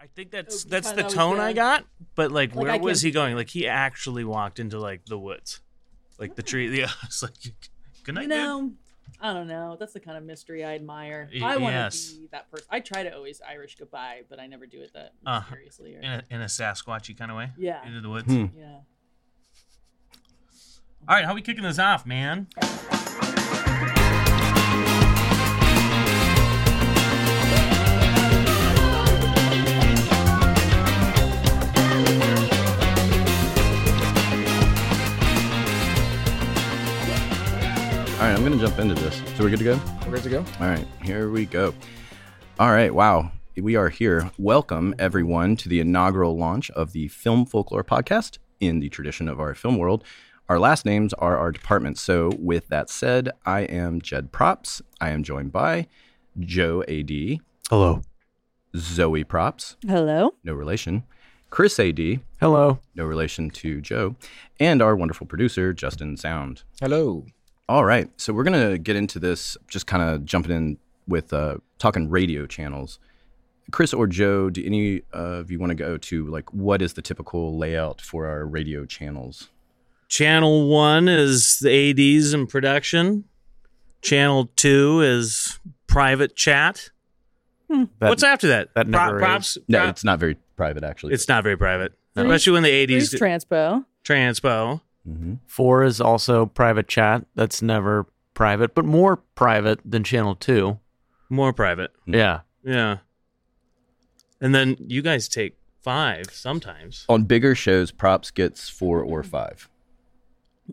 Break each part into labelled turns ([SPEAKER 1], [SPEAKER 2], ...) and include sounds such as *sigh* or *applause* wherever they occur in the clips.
[SPEAKER 1] I think that's
[SPEAKER 2] Oh, you
[SPEAKER 1] that's
[SPEAKER 2] thought
[SPEAKER 1] the
[SPEAKER 2] that was
[SPEAKER 1] tone I
[SPEAKER 2] bad?
[SPEAKER 1] got, but like,
[SPEAKER 2] Like,
[SPEAKER 1] where
[SPEAKER 2] I
[SPEAKER 1] was
[SPEAKER 2] can-
[SPEAKER 1] he going? Like he actually walked into like the woods, like the tree. Yeah, *laughs* it's like good night,
[SPEAKER 2] you know, I don't know. That's the kind of mystery I admire.
[SPEAKER 1] Y-
[SPEAKER 2] I want to
[SPEAKER 1] yes.
[SPEAKER 2] be that person. I try to always Irish goodbye, but I never do it that
[SPEAKER 1] Uh-huh.
[SPEAKER 2] mysteriously.
[SPEAKER 1] dude.
[SPEAKER 2] Or,
[SPEAKER 1] In a, in a Sasquatchy kind of way.
[SPEAKER 2] Yeah.
[SPEAKER 1] Into the woods.
[SPEAKER 3] Hmm.
[SPEAKER 2] yeah.
[SPEAKER 1] All right, how we kicking this off, man?
[SPEAKER 3] All right, I'm gonna jump into this. So we're good to go.
[SPEAKER 4] We're good to go.
[SPEAKER 3] All right, here we go. All right, wow. We are here. Welcome, everyone, to the inaugural launch of the Film Folklore Podcast in the tradition of our film world. Our last names are our departments. So, with that said, I am Jed Props. I am joined by Joe AD,
[SPEAKER 4] Hello.
[SPEAKER 3] Zoe Props,
[SPEAKER 2] Hello.
[SPEAKER 3] no relation, Chris AD,
[SPEAKER 4] Hello.
[SPEAKER 3] no relation to Joe, and our wonderful producer, Justin Sound.
[SPEAKER 4] Hello.
[SPEAKER 3] All right. So we're going to get into this, just kind of jumping in with uh, talking radio channels. Chris or Joe, do any of you want to go to like what is the typical layout for our radio channels?
[SPEAKER 1] Channel one is the ads and production. Channel two is private chat.
[SPEAKER 5] That-
[SPEAKER 1] What's after that?
[SPEAKER 5] that never is.
[SPEAKER 1] props.
[SPEAKER 3] No,
[SPEAKER 1] prop-
[SPEAKER 3] it's not very private, actually.
[SPEAKER 1] Uh, it's not very private,
[SPEAKER 2] No.
[SPEAKER 1] especially when the
[SPEAKER 2] Please
[SPEAKER 1] ads
[SPEAKER 2] transpo.
[SPEAKER 1] transpo.
[SPEAKER 3] Mhm.
[SPEAKER 5] Four is also private chat. That's never private, but more private than channel 2
[SPEAKER 1] More private.
[SPEAKER 5] Yeah.
[SPEAKER 1] Yeah. And then you guys take five sometimes,
[SPEAKER 3] on bigger shows. Props gets four or five.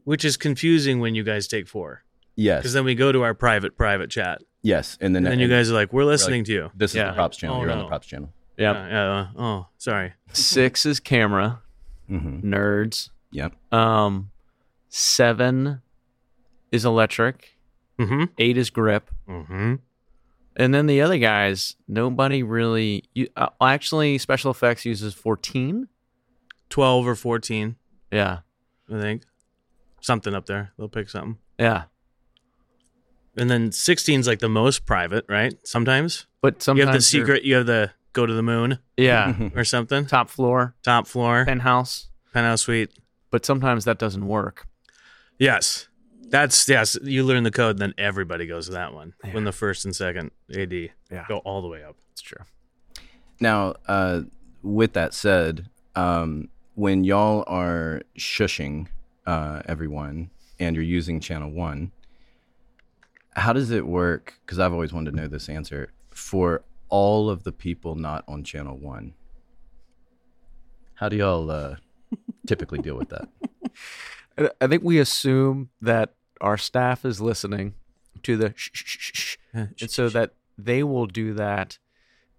[SPEAKER 1] which is confusing when you guys take four. Because
[SPEAKER 3] Yes,
[SPEAKER 1] then we go to our private private chat,
[SPEAKER 3] yes, and then
[SPEAKER 1] and then you guys are like, "We're listening to you."
[SPEAKER 3] This is
[SPEAKER 5] Yeah.
[SPEAKER 3] the props channel.
[SPEAKER 1] Oh,
[SPEAKER 3] You're on
[SPEAKER 1] no.
[SPEAKER 3] the props channel.
[SPEAKER 5] Yeah.
[SPEAKER 1] Uh, uh, oh, sorry.
[SPEAKER 5] Six is camera,
[SPEAKER 3] Mm-hmm.
[SPEAKER 5] nerds.
[SPEAKER 3] Yep.
[SPEAKER 5] Um, seven is electric.
[SPEAKER 1] Mm-hmm.
[SPEAKER 5] Eight is grip.
[SPEAKER 1] Mm-hmm.
[SPEAKER 5] And then the other guys, nobody really. You, uh, actually, special effects uses 14.
[SPEAKER 1] Twelve or fourteen,
[SPEAKER 5] Yeah.
[SPEAKER 1] I think. Something up there. They'll pick something.
[SPEAKER 5] Yeah.
[SPEAKER 1] And then 16's like the most private, right? Sometimes,
[SPEAKER 5] But sometimes
[SPEAKER 1] you have the
[SPEAKER 5] you're-
[SPEAKER 1] secret. You have the go to the moon
[SPEAKER 5] Yeah.
[SPEAKER 1] *laughs* or something.
[SPEAKER 5] Top floor,
[SPEAKER 1] Top floor,
[SPEAKER 5] penthouse.
[SPEAKER 1] penthouse suite.
[SPEAKER 5] But sometimes that doesn't work.
[SPEAKER 1] Yes. That's yes. You learn the code, then everybody goes to that one. When the first and second AD
[SPEAKER 5] Yeah.
[SPEAKER 1] go all the way up.
[SPEAKER 5] It's true.
[SPEAKER 3] Now, uh, with that said, um, when y'all are shushing uh, everyone and you're using channel one, how does it work? Because I've always wanted to know this answer for all of the people not on channel one. How do y'all uh, typically deal with that?
[SPEAKER 5] I- I think we assume that our staff is listening to the shh, shh, shh, shh, shh, and so that they will do that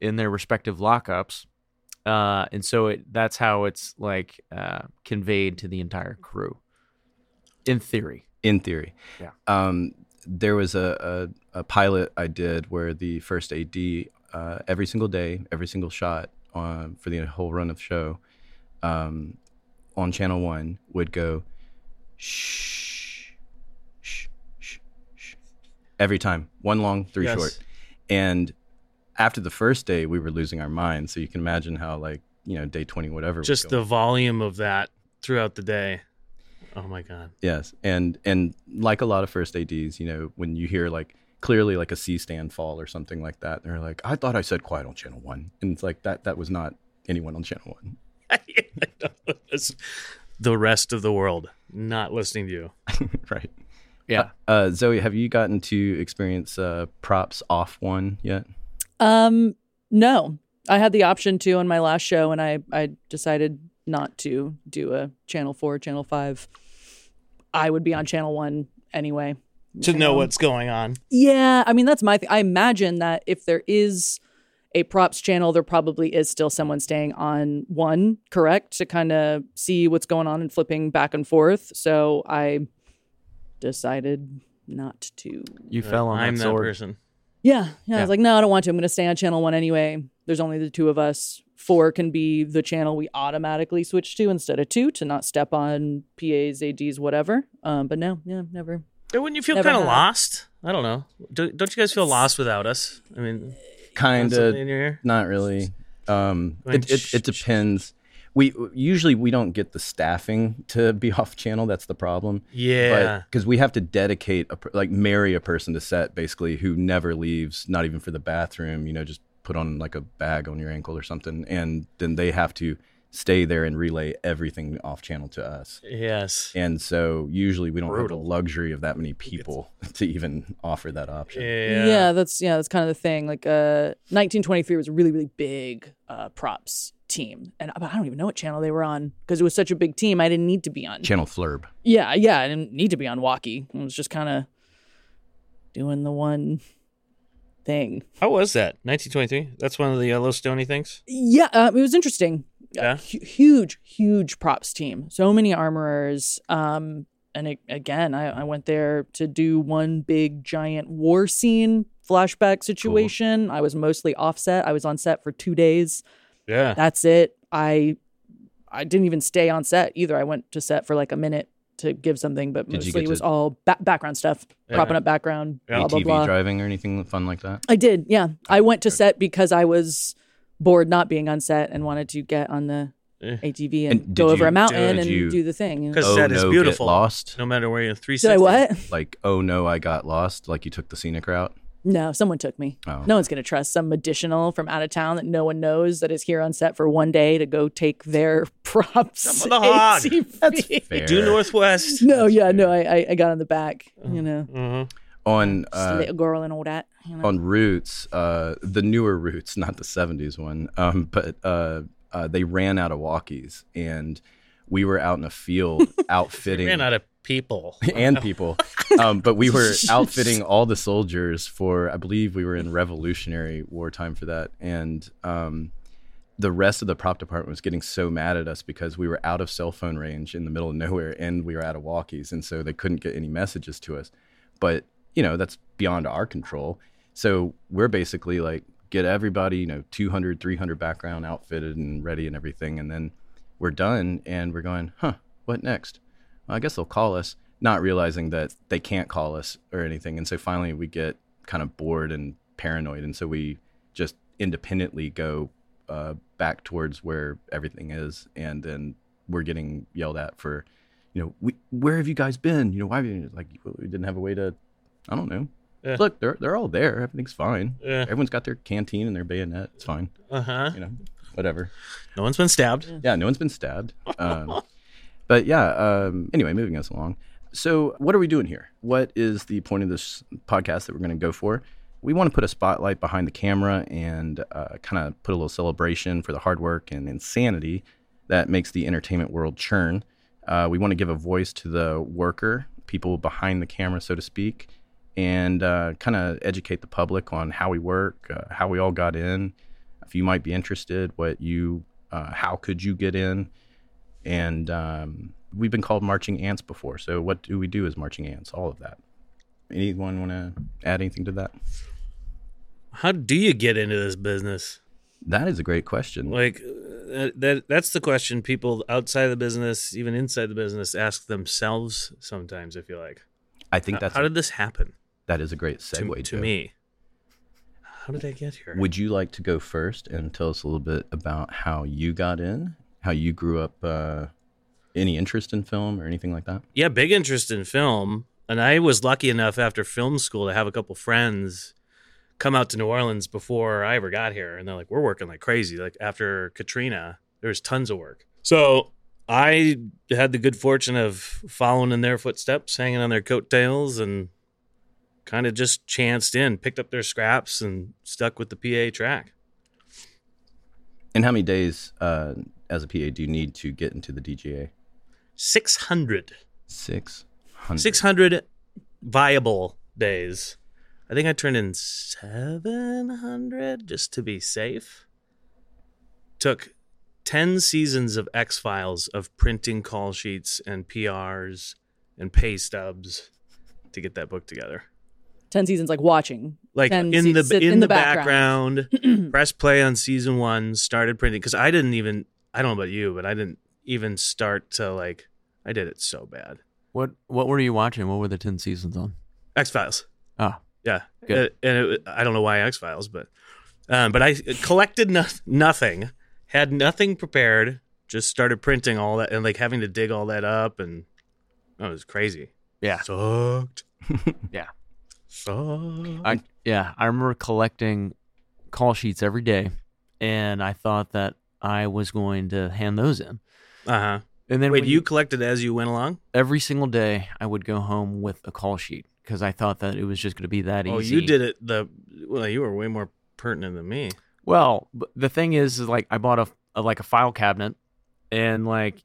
[SPEAKER 5] in their respective lockups, uh, and so it, that's how it's like uh, conveyed to the entire crew, in theory.
[SPEAKER 3] in theory.
[SPEAKER 5] Yeah.
[SPEAKER 3] Um, there was a, a, a pilot I did where the first AD, uh, every single day, every single shot on, for the whole run of show um, on Channel 1 would go, shh, shh, shh, shh, every time. One long, three
[SPEAKER 1] Yes.
[SPEAKER 3] short. And after the first day, we were losing our minds. So you can imagine how, like, you know, day 20, whatever. was
[SPEAKER 1] Just
[SPEAKER 3] going.
[SPEAKER 1] the volume of that throughout the day. Oh my god. *laughs*
[SPEAKER 3] Yes, and and like a lot of first ads, you know, when you hear like clearly like a C stand fall or something like that, they're like, "I thought I said quiet on channel one," and it's like that that was not anyone on channel one.
[SPEAKER 1] It's the rest of the world not listening to you.
[SPEAKER 3] right.
[SPEAKER 5] Yeah.
[SPEAKER 3] Uh, Zoe, have you gotten to experience uh, props off one yet?
[SPEAKER 2] Um, no, I had the option to on my last show, and I I decided not to do a channel four, channel five. I would be on channel one anyway.
[SPEAKER 1] To know
[SPEAKER 2] Um,
[SPEAKER 1] what's going on.
[SPEAKER 2] Yeah, I mean that's my thing. I imagine that if there is a props channel, there probably is still someone staying on one, correct, to kind of see what's going on and flipping back and forth. So I decided not to.
[SPEAKER 5] You fell on
[SPEAKER 1] Uh, I'm
[SPEAKER 5] that
[SPEAKER 1] that
[SPEAKER 5] sword.
[SPEAKER 1] person.
[SPEAKER 2] Yeah, yeah. I
[SPEAKER 5] Yeah.
[SPEAKER 2] was like, no, I don't want to. I'm going to stay on channel one anyway. There's only the two of us. Four can be the channel we automatically switch to instead of two to not step on PAs, ADs, whatever. Um, but no, yeah, never.
[SPEAKER 1] Hey, Wouldn't you feel
[SPEAKER 2] Never
[SPEAKER 1] kind of
[SPEAKER 2] have.
[SPEAKER 1] lost? I don't know. Do, don't you guys feel lost without us? I mean,
[SPEAKER 3] Kind
[SPEAKER 1] constantly
[SPEAKER 3] of,
[SPEAKER 1] in your ear.
[SPEAKER 3] not really. Um,
[SPEAKER 1] Going
[SPEAKER 3] it, it,
[SPEAKER 1] sh-
[SPEAKER 3] it
[SPEAKER 1] sh-
[SPEAKER 3] depends. We usually we don't get the staffing to be *laughs* off channel. That's the problem.
[SPEAKER 1] Yeah.
[SPEAKER 3] because we have to dedicate a, per- like marry a person to set basically who never leaves, not even for the bathroom. You know, just put on like a bag on your ankle or something, and then they have to stay there and relay everything off channel to us.
[SPEAKER 1] yes.
[SPEAKER 3] And so usually we don't have
[SPEAKER 1] Brutal.
[SPEAKER 3] the luxury of that many people *laughs* to even offer that option.
[SPEAKER 1] Yeah.
[SPEAKER 2] that's yeah, that's kind of the thing. Like uh 1923 was a really really big uh props team. And I I don't even know what channel they were on because it was such a big team. I didn't need to be on.
[SPEAKER 3] Channel flurb.
[SPEAKER 2] yeah, yeah, I didn't need to be on walkie. I was just kind of doing the one thing.
[SPEAKER 1] How was that? 1923. That's one of the yellow stony things.
[SPEAKER 2] Yeah, um, it was interesting.
[SPEAKER 1] Yeah?
[SPEAKER 2] Uh, hu- huge, huge props team. So many armorers. Um, and a- again, I, I went there to do one big giant war scene flashback situation. I was mostly offset. I was on set for two
[SPEAKER 3] *laughs*
[SPEAKER 2] days.
[SPEAKER 1] Yeah.
[SPEAKER 2] That's it. I I didn't even stay on set either. I went to set for like a minute to give something, but
[SPEAKER 3] Did you
[SPEAKER 2] mostly
[SPEAKER 3] get
[SPEAKER 2] it was
[SPEAKER 3] to-
[SPEAKER 2] all ba- background stuff,
[SPEAKER 1] Yeah.
[SPEAKER 2] propping up background,
[SPEAKER 1] Yeah.
[SPEAKER 2] blah blah
[SPEAKER 3] ATV
[SPEAKER 2] blah.
[SPEAKER 3] driving or anything fun like that?
[SPEAKER 2] I did. Yeah. I went to set because I was bored not being on set and wanted to get on the
[SPEAKER 1] Eh.
[SPEAKER 2] ATV and,
[SPEAKER 3] And did
[SPEAKER 2] go over
[SPEAKER 3] you-
[SPEAKER 2] a mountain
[SPEAKER 3] did
[SPEAKER 2] and
[SPEAKER 3] you-
[SPEAKER 2] do the thing. you know.
[SPEAKER 1] 'Cause set is
[SPEAKER 3] Oh, no,
[SPEAKER 1] beautiful.
[SPEAKER 3] Get lost.
[SPEAKER 1] No matter where you're three.
[SPEAKER 2] Did I what?
[SPEAKER 3] Like, oh no, I got lost. Like you took the scenic route.
[SPEAKER 2] *laughs* No, someone took me.
[SPEAKER 3] Oh.
[SPEAKER 2] No one's going to trust some additional from out of town that no one knows that is here on set for one day to go take their *laughs* props.
[SPEAKER 1] Some of the hog.
[SPEAKER 2] ATV.
[SPEAKER 3] *laughs* Fair.
[SPEAKER 1] Do
[SPEAKER 3] *laughs*
[SPEAKER 1] northwest.
[SPEAKER 2] No, yeah, no, I, I, I got on the back, you know,
[SPEAKER 1] hmm
[SPEAKER 3] on
[SPEAKER 2] just a
[SPEAKER 3] Uh-huh. uh,
[SPEAKER 2] little girl and all that. You know?
[SPEAKER 3] on routes, uh, the newer routes, not the '70s one, um, *laughs* but uh, uh, they ran out of walkies, and we were out in
[SPEAKER 1] *laughs*
[SPEAKER 3] a field outfitting
[SPEAKER 1] Ran out of
[SPEAKER 3] *laughs*
[SPEAKER 1] people.
[SPEAKER 3] and people. Um, but we were outfitting all the soldiers for, I believe we were in Revolutionary War time for that. And um, the rest of the prop department was getting so mad at us because we were out of cell phone range in the middle of nowhere and we were out of walkies. And so they couldn't get any messages to us. But, you know, that's beyond our control. So we're basically like, get everybody, you know, 200, 300 background outfitted and ready and everything. And then we're done and we're going, huh, what next? Well, I guess they'll call us, not realizing that they can't call us or anything. And so finally we get kind of bored and paranoid. And so we just independently go uh, back towards where everything is. And then we're getting yelled at for, you know, we, where have you guys been? You know, why have you, like, we didn't have a way to, I don't know.
[SPEAKER 1] Yeah.
[SPEAKER 3] Look, they're, they're all there. Everything's fine.
[SPEAKER 1] Yeah.
[SPEAKER 3] Everyone's got their canteen and their bayonet. It's fine.
[SPEAKER 1] Uh huh.
[SPEAKER 3] You know, whatever
[SPEAKER 1] No one's been stabbed.
[SPEAKER 3] yeah, no one's been stabbed. Um, *laughs* but yeah, um, anyway, moving us along. So, what are we doing here? What is the point of this podcast that we're going to go for? We want to put a spotlight behind the camera and uh, kind of put a little celebration for the hard work and insanity that makes the entertainment world churn. Uh, we want to give a voice to the worker, people behind the camera, so to speak, and uh, kind of educate the public on how we work, uh, how we all got in, if you might be interested, what you, uh, how could you get in? And um, we've been called marching ants before. So what do we do as marching ants? All of that. Anyone want to add anything to that?
[SPEAKER 1] How do you get into this business?
[SPEAKER 3] That is a great question.
[SPEAKER 1] Like uh, that that's the question people outside the business, even inside the business ask themselves sometimes I feel like.
[SPEAKER 3] I think that's
[SPEAKER 1] How
[SPEAKER 3] a-
[SPEAKER 1] did this happen
[SPEAKER 3] that is a great
[SPEAKER 1] to,
[SPEAKER 3] segue
[SPEAKER 1] to
[SPEAKER 3] Joe.
[SPEAKER 1] me? How did I get here?
[SPEAKER 3] Would you like to go first and tell us a little bit about how you got in, how you grew up, uh, any interest in film or anything like that?
[SPEAKER 1] yeah, big interest in film. And I was lucky enough after film school to have a couple friends come out to New Orleans before I ever got here. And they're like, we're working like crazy. Like after Katrina, there was tons of work. So I had the good fortune of following in their footsteps, hanging on their coattails, and kind of just chanced in, picked up their scraps, and stuck with the PA track.
[SPEAKER 3] And how many days uh, as a PA do you need to get into the DGA?
[SPEAKER 1] 600.
[SPEAKER 3] Six hundred.
[SPEAKER 1] 600 viable days. I think I turned in 700 just to be safe. Took 10 seasons of X Files of printing call sheets and PRs and pay stubs to get that book together.
[SPEAKER 2] 10 seasons, like watching.
[SPEAKER 1] Like
[SPEAKER 2] 10
[SPEAKER 1] in
[SPEAKER 2] se-
[SPEAKER 1] the
[SPEAKER 2] sit
[SPEAKER 1] in, the background, *clears throat* press play on season 1, started printing cuz I didn't even I don't know about you, but I didn't even start to like I did it so bad.
[SPEAKER 5] What What were you watching? What were the ten seasons on?
[SPEAKER 1] X Files.
[SPEAKER 5] Ah,
[SPEAKER 1] Yeah.
[SPEAKER 5] Good.
[SPEAKER 1] Uh, and it, I don't know why X Files, but Um, but I collected no- nothing, had nothing prepared, just started printing all that and like having to dig all that up. And oh, it was crazy.
[SPEAKER 5] Yeah.
[SPEAKER 1] Sucked.
[SPEAKER 5] *laughs* Yeah.
[SPEAKER 1] Sucked.
[SPEAKER 5] I yeah, I remember collecting call sheets every day, and I thought that I was going to hand those in.
[SPEAKER 1] uh huh.
[SPEAKER 5] And then
[SPEAKER 1] Wait,
[SPEAKER 5] when
[SPEAKER 1] you collected as you went along?
[SPEAKER 5] every single day I would go home with a call sheet because I thought that it was just going to be that
[SPEAKER 1] Oh,
[SPEAKER 5] easy.
[SPEAKER 1] you did it. The well, you were way more pertinent than me.
[SPEAKER 5] Well, b- the thing is, is like I bought a, a like a file cabinet, and like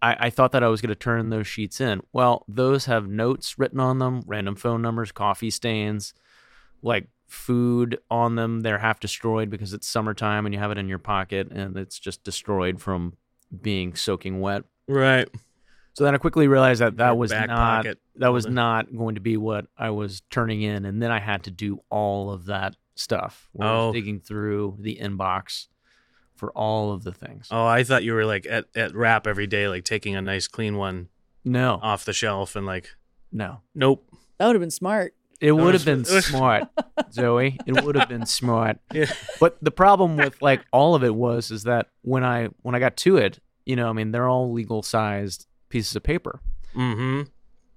[SPEAKER 5] I, I thought that I was going to turn those sheets in. Well, those have notes written on them, random phone numbers, coffee stains, like food on them. They're half destroyed because it's summertime and you have it in your pocket, and it's just destroyed from being soaking wet.
[SPEAKER 1] Right.
[SPEAKER 5] So then I quickly realized that that
[SPEAKER 1] Your
[SPEAKER 5] was
[SPEAKER 1] back
[SPEAKER 5] not
[SPEAKER 1] pocket
[SPEAKER 5] that was
[SPEAKER 1] folder.
[SPEAKER 5] not going to be what I was turning in, and then I had to do all of that stuff. where I was
[SPEAKER 1] Oh.
[SPEAKER 5] digging through the inbox for all of the things.
[SPEAKER 1] Oh, I thought you were like at, at rap every day, like taking a nice clean one
[SPEAKER 5] No,
[SPEAKER 1] off the shelf and like,
[SPEAKER 5] no,
[SPEAKER 1] nope.
[SPEAKER 2] That would have been smart.
[SPEAKER 5] it would
[SPEAKER 1] was- *laughs*
[SPEAKER 5] have been
[SPEAKER 1] it was-
[SPEAKER 5] smart, Zoe. It would have been smart.
[SPEAKER 1] *laughs* Yeah.
[SPEAKER 5] But the problem with like all of it was is that when I when I got to it, you know, I mean, they're all legal sized pieces of paper.
[SPEAKER 1] Mm-hmm.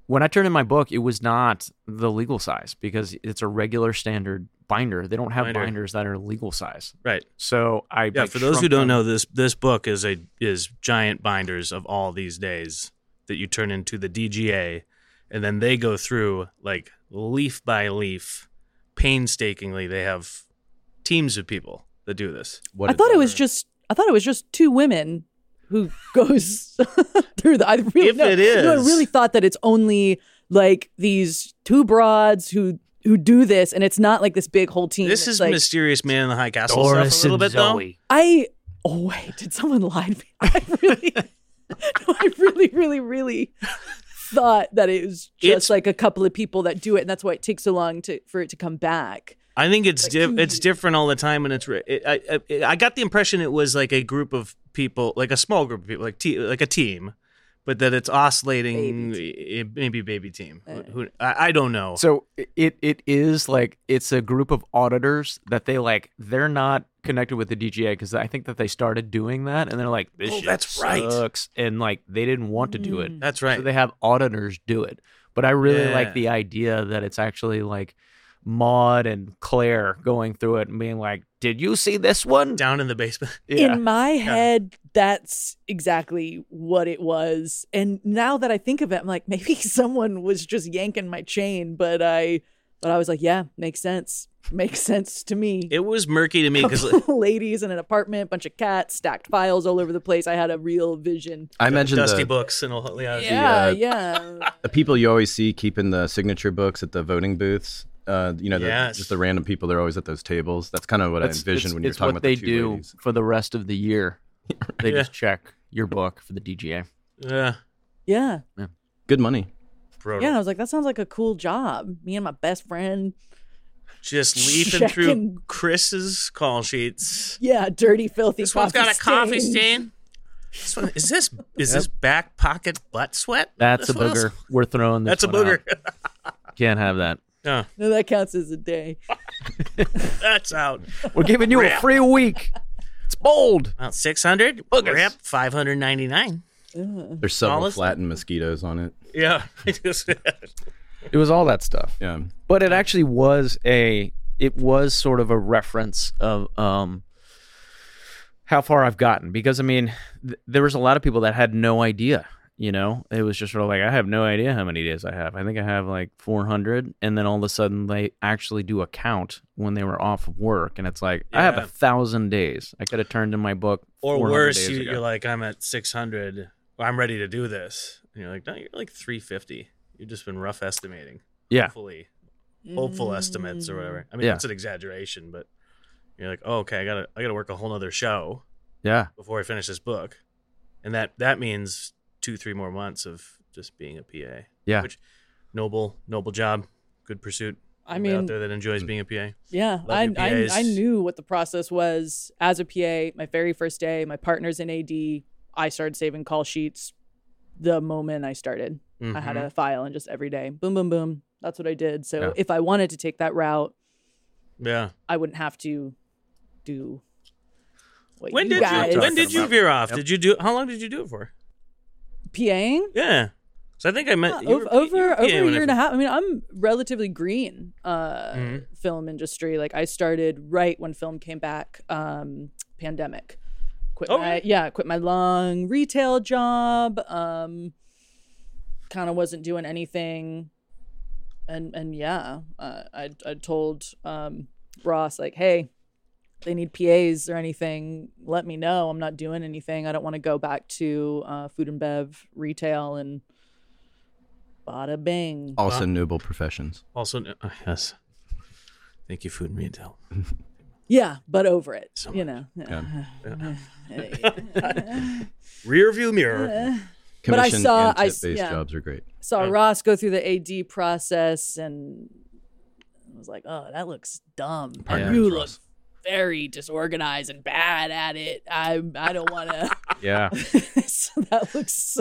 [SPEAKER 5] when I turned in my book, it was not the legal size because it's a regular standard binder. They don't have
[SPEAKER 1] Binder.
[SPEAKER 5] binders that are legal size.
[SPEAKER 1] Right.
[SPEAKER 5] So I
[SPEAKER 1] Yeah.
[SPEAKER 5] like,
[SPEAKER 1] for those who
[SPEAKER 5] shrunk
[SPEAKER 1] don't
[SPEAKER 5] them.
[SPEAKER 1] know, this this book is a is giant binders of all these days that you turn into the DGA, and then they go through like leaf by leaf, painstakingly. They have teams of people that do this.
[SPEAKER 3] What
[SPEAKER 2] I
[SPEAKER 3] a
[SPEAKER 2] thought it was
[SPEAKER 3] downer.
[SPEAKER 2] just I thought it was just two women who *laughs* goes through the I really
[SPEAKER 1] If
[SPEAKER 2] no,
[SPEAKER 1] it
[SPEAKER 2] no, I
[SPEAKER 1] is.
[SPEAKER 2] really thought that it's only like these two broads who who do this and it's not like this big whole team.
[SPEAKER 1] This
[SPEAKER 2] It's
[SPEAKER 1] is
[SPEAKER 2] like,
[SPEAKER 1] mysterious man in the high castle stuff a little bit
[SPEAKER 2] I oh wait, did someone lie to me? *laughs* I really no, I really, really, really thought that it was just
[SPEAKER 1] It's-
[SPEAKER 2] like a couple of people that do it and that's why it takes so long to for it to come back.
[SPEAKER 1] though. I think it's
[SPEAKER 2] Like,
[SPEAKER 1] diff
[SPEAKER 2] two
[SPEAKER 1] it's
[SPEAKER 2] years.
[SPEAKER 1] different all the time, and it's re- it, I, I I got the impression it was like a group of people, like a small group of people, like te- like a team, but that it's oscillating, eh, maybe baby team.
[SPEAKER 2] Uh.
[SPEAKER 1] Who I, I don't know.
[SPEAKER 5] So it it is like it's a group of auditors that they like. They're not connected with the DGA because I think that they started doing that and they're like, this
[SPEAKER 1] Oh,
[SPEAKER 5] shit
[SPEAKER 1] that's right. Mm.
[SPEAKER 5] sucks," and like they didn't want to do it.
[SPEAKER 1] That's right.
[SPEAKER 5] So they have auditors do it. But I really
[SPEAKER 1] Yeah.
[SPEAKER 5] like the idea that it's actually like Maud and Claire going through it and being like, "Did you see this one?"
[SPEAKER 1] Down in the basement. *laughs*
[SPEAKER 5] Yeah.
[SPEAKER 2] In my head, that's exactly what it was. And now that I think of it, I'm like, *laughs* maybe someone was just yanking my chain, but I but I was like, yeah, makes sense. *laughs* Makes sense to me.
[SPEAKER 1] It was murky to me because
[SPEAKER 2] *laughs*
[SPEAKER 5] *laughs*
[SPEAKER 2] Ladies in an apartment, bunch of cats, stacked files all over the place. I had a real vision.
[SPEAKER 3] I imagine
[SPEAKER 1] dusty
[SPEAKER 3] the,
[SPEAKER 1] books and all. Yeah.
[SPEAKER 2] Yeah,
[SPEAKER 3] uh,
[SPEAKER 1] *laughs*
[SPEAKER 2] yeah.
[SPEAKER 3] the people you always see keeping the signature books at the voting booths. Uh, you know, the,
[SPEAKER 1] Yes.
[SPEAKER 3] just the random people that are always at those tables. That's kind of what I
[SPEAKER 5] It's-
[SPEAKER 3] envisioned
[SPEAKER 5] it's-
[SPEAKER 3] when you were
[SPEAKER 5] it's
[SPEAKER 3] talking
[SPEAKER 5] what
[SPEAKER 3] about
[SPEAKER 5] they
[SPEAKER 3] the two
[SPEAKER 5] do
[SPEAKER 3] ladies.
[SPEAKER 5] for the rest of
[SPEAKER 1] *laughs*
[SPEAKER 5] the year. They
[SPEAKER 1] Yeah.
[SPEAKER 5] just check your book for the DGA.
[SPEAKER 1] Yeah.
[SPEAKER 2] Yeah.
[SPEAKER 3] Good money.
[SPEAKER 1] Brutal.
[SPEAKER 2] Yeah. I was like, that sounds like a cool job. Me and my best friend.
[SPEAKER 1] Just leaping through
[SPEAKER 2] Checking.
[SPEAKER 1] Chris's call sheets.
[SPEAKER 2] Yeah, dirty, filthy.
[SPEAKER 1] This one's
[SPEAKER 2] coffee
[SPEAKER 1] got a coffee
[SPEAKER 2] stain.
[SPEAKER 1] stain. This one is this is this back pocket butt sweat?
[SPEAKER 5] That's
[SPEAKER 1] This
[SPEAKER 5] a
[SPEAKER 1] one
[SPEAKER 5] booger.
[SPEAKER 1] is-
[SPEAKER 5] We're throwing this.
[SPEAKER 1] That's a
[SPEAKER 5] one out.
[SPEAKER 1] booger.
[SPEAKER 5] Can't have that.
[SPEAKER 1] Yeah,
[SPEAKER 2] *laughs* No, that counts as a day.
[SPEAKER 1] that's out.
[SPEAKER 5] We're giving you a free week. It's bold.
[SPEAKER 1] Well, six hundred
[SPEAKER 5] Boogers.
[SPEAKER 1] Rip five hundred ninety nine.
[SPEAKER 3] There's several
[SPEAKER 1] Smallest-
[SPEAKER 3] flattened mosquitoes on it.
[SPEAKER 1] Yeah.
[SPEAKER 5] It was all that stuff.
[SPEAKER 3] Yeah.
[SPEAKER 5] but it actually was a it was sort of a reference of um how far I've gotten because I mean th- there was a lot of people that had no idea you know it was just sort of like I have no idea how many days I have I think I have like 400 and then all of a sudden they actually do a count when they were off of work and it's like I have
[SPEAKER 1] Yeah.
[SPEAKER 5] a thousand days I could have turned in my book
[SPEAKER 1] *laughs* or
[SPEAKER 5] 400
[SPEAKER 1] worse,
[SPEAKER 5] days
[SPEAKER 1] you,
[SPEAKER 5] ago.
[SPEAKER 1] you're like, I'm at six hundred. I'm ready to do this. And you're like, no, you're like three fifty. You've just been rough estimating.
[SPEAKER 5] yeah
[SPEAKER 1] Hopefully. hopeful estimates or
[SPEAKER 2] Mm,
[SPEAKER 1] whatever. I mean,
[SPEAKER 5] Yeah.
[SPEAKER 1] that's an exaggeration, but you're like, oh, okay, I gotta, I gotta work a whole nother show
[SPEAKER 5] yeah
[SPEAKER 1] before I finish this book, and that that means two, three more months of just being a PA.
[SPEAKER 5] Yeah.
[SPEAKER 1] which noble, noble job, good pursuit.
[SPEAKER 2] I
[SPEAKER 1] Anybody out
[SPEAKER 2] mean,
[SPEAKER 1] there that enjoys being a PA.
[SPEAKER 2] Yeah,
[SPEAKER 1] Love
[SPEAKER 2] I,
[SPEAKER 1] your
[SPEAKER 2] I
[SPEAKER 1] PAs.
[SPEAKER 2] I knew what the process was as a PA. My very first day, my partner's in AD. I started saving call sheets the moment I started. I had
[SPEAKER 1] Mhm.
[SPEAKER 2] a file and just every day, boom, boom, boom. That's what I did. So
[SPEAKER 5] Yeah.
[SPEAKER 2] if I wanted to take that route,
[SPEAKER 1] yeah.
[SPEAKER 2] I wouldn't have to do what
[SPEAKER 1] When
[SPEAKER 2] you
[SPEAKER 1] did
[SPEAKER 2] guys
[SPEAKER 1] you when did
[SPEAKER 5] Talking
[SPEAKER 1] you
[SPEAKER 5] about-
[SPEAKER 1] veer off?
[SPEAKER 5] Yep.
[SPEAKER 1] Did you do how long did you do it for?
[SPEAKER 2] PAing?
[SPEAKER 1] Yeah. So I think I met
[SPEAKER 2] Yeah,
[SPEAKER 1] you
[SPEAKER 2] ov-
[SPEAKER 1] were- you
[SPEAKER 2] Uh, over
[SPEAKER 1] were
[SPEAKER 2] over a
[SPEAKER 1] PA when I
[SPEAKER 2] year and a
[SPEAKER 1] fir-
[SPEAKER 2] half. I mean, I'm relatively green uh,
[SPEAKER 1] Mhm.
[SPEAKER 2] film industry. Like I started right when film came back, um, pandemic. Quit
[SPEAKER 1] Oh,
[SPEAKER 2] my
[SPEAKER 1] really?
[SPEAKER 2] yeah, quit my long retail job. Um, kind of wasn't doing anything, and and yeah, uh, I I told um, Ross like, hey, they need PAs or anything, let me know. I'm not doing anything. I don't want to go back to uh, food and bev retail and bada bing.
[SPEAKER 3] Also noble professions.
[SPEAKER 1] Also uh, yes. Thank you, food and retail.
[SPEAKER 2] Yeah, but over it,
[SPEAKER 1] So
[SPEAKER 2] you know.
[SPEAKER 1] Rear view mirror.
[SPEAKER 2] But I
[SPEAKER 3] Commission
[SPEAKER 2] saw-
[SPEAKER 3] and
[SPEAKER 2] I
[SPEAKER 3] tip-based
[SPEAKER 2] s- yeah.
[SPEAKER 3] jobs are great.
[SPEAKER 2] Saw Ross go through the AD process and I was like, oh, that looks dumb. And
[SPEAKER 3] Partner
[SPEAKER 2] you
[SPEAKER 3] with
[SPEAKER 2] look
[SPEAKER 3] Ross.
[SPEAKER 2] very disorganized and bad at it. I I don't want to.
[SPEAKER 1] *laughs*
[SPEAKER 2] *laughs*
[SPEAKER 5] Yeah.
[SPEAKER 2] so that looks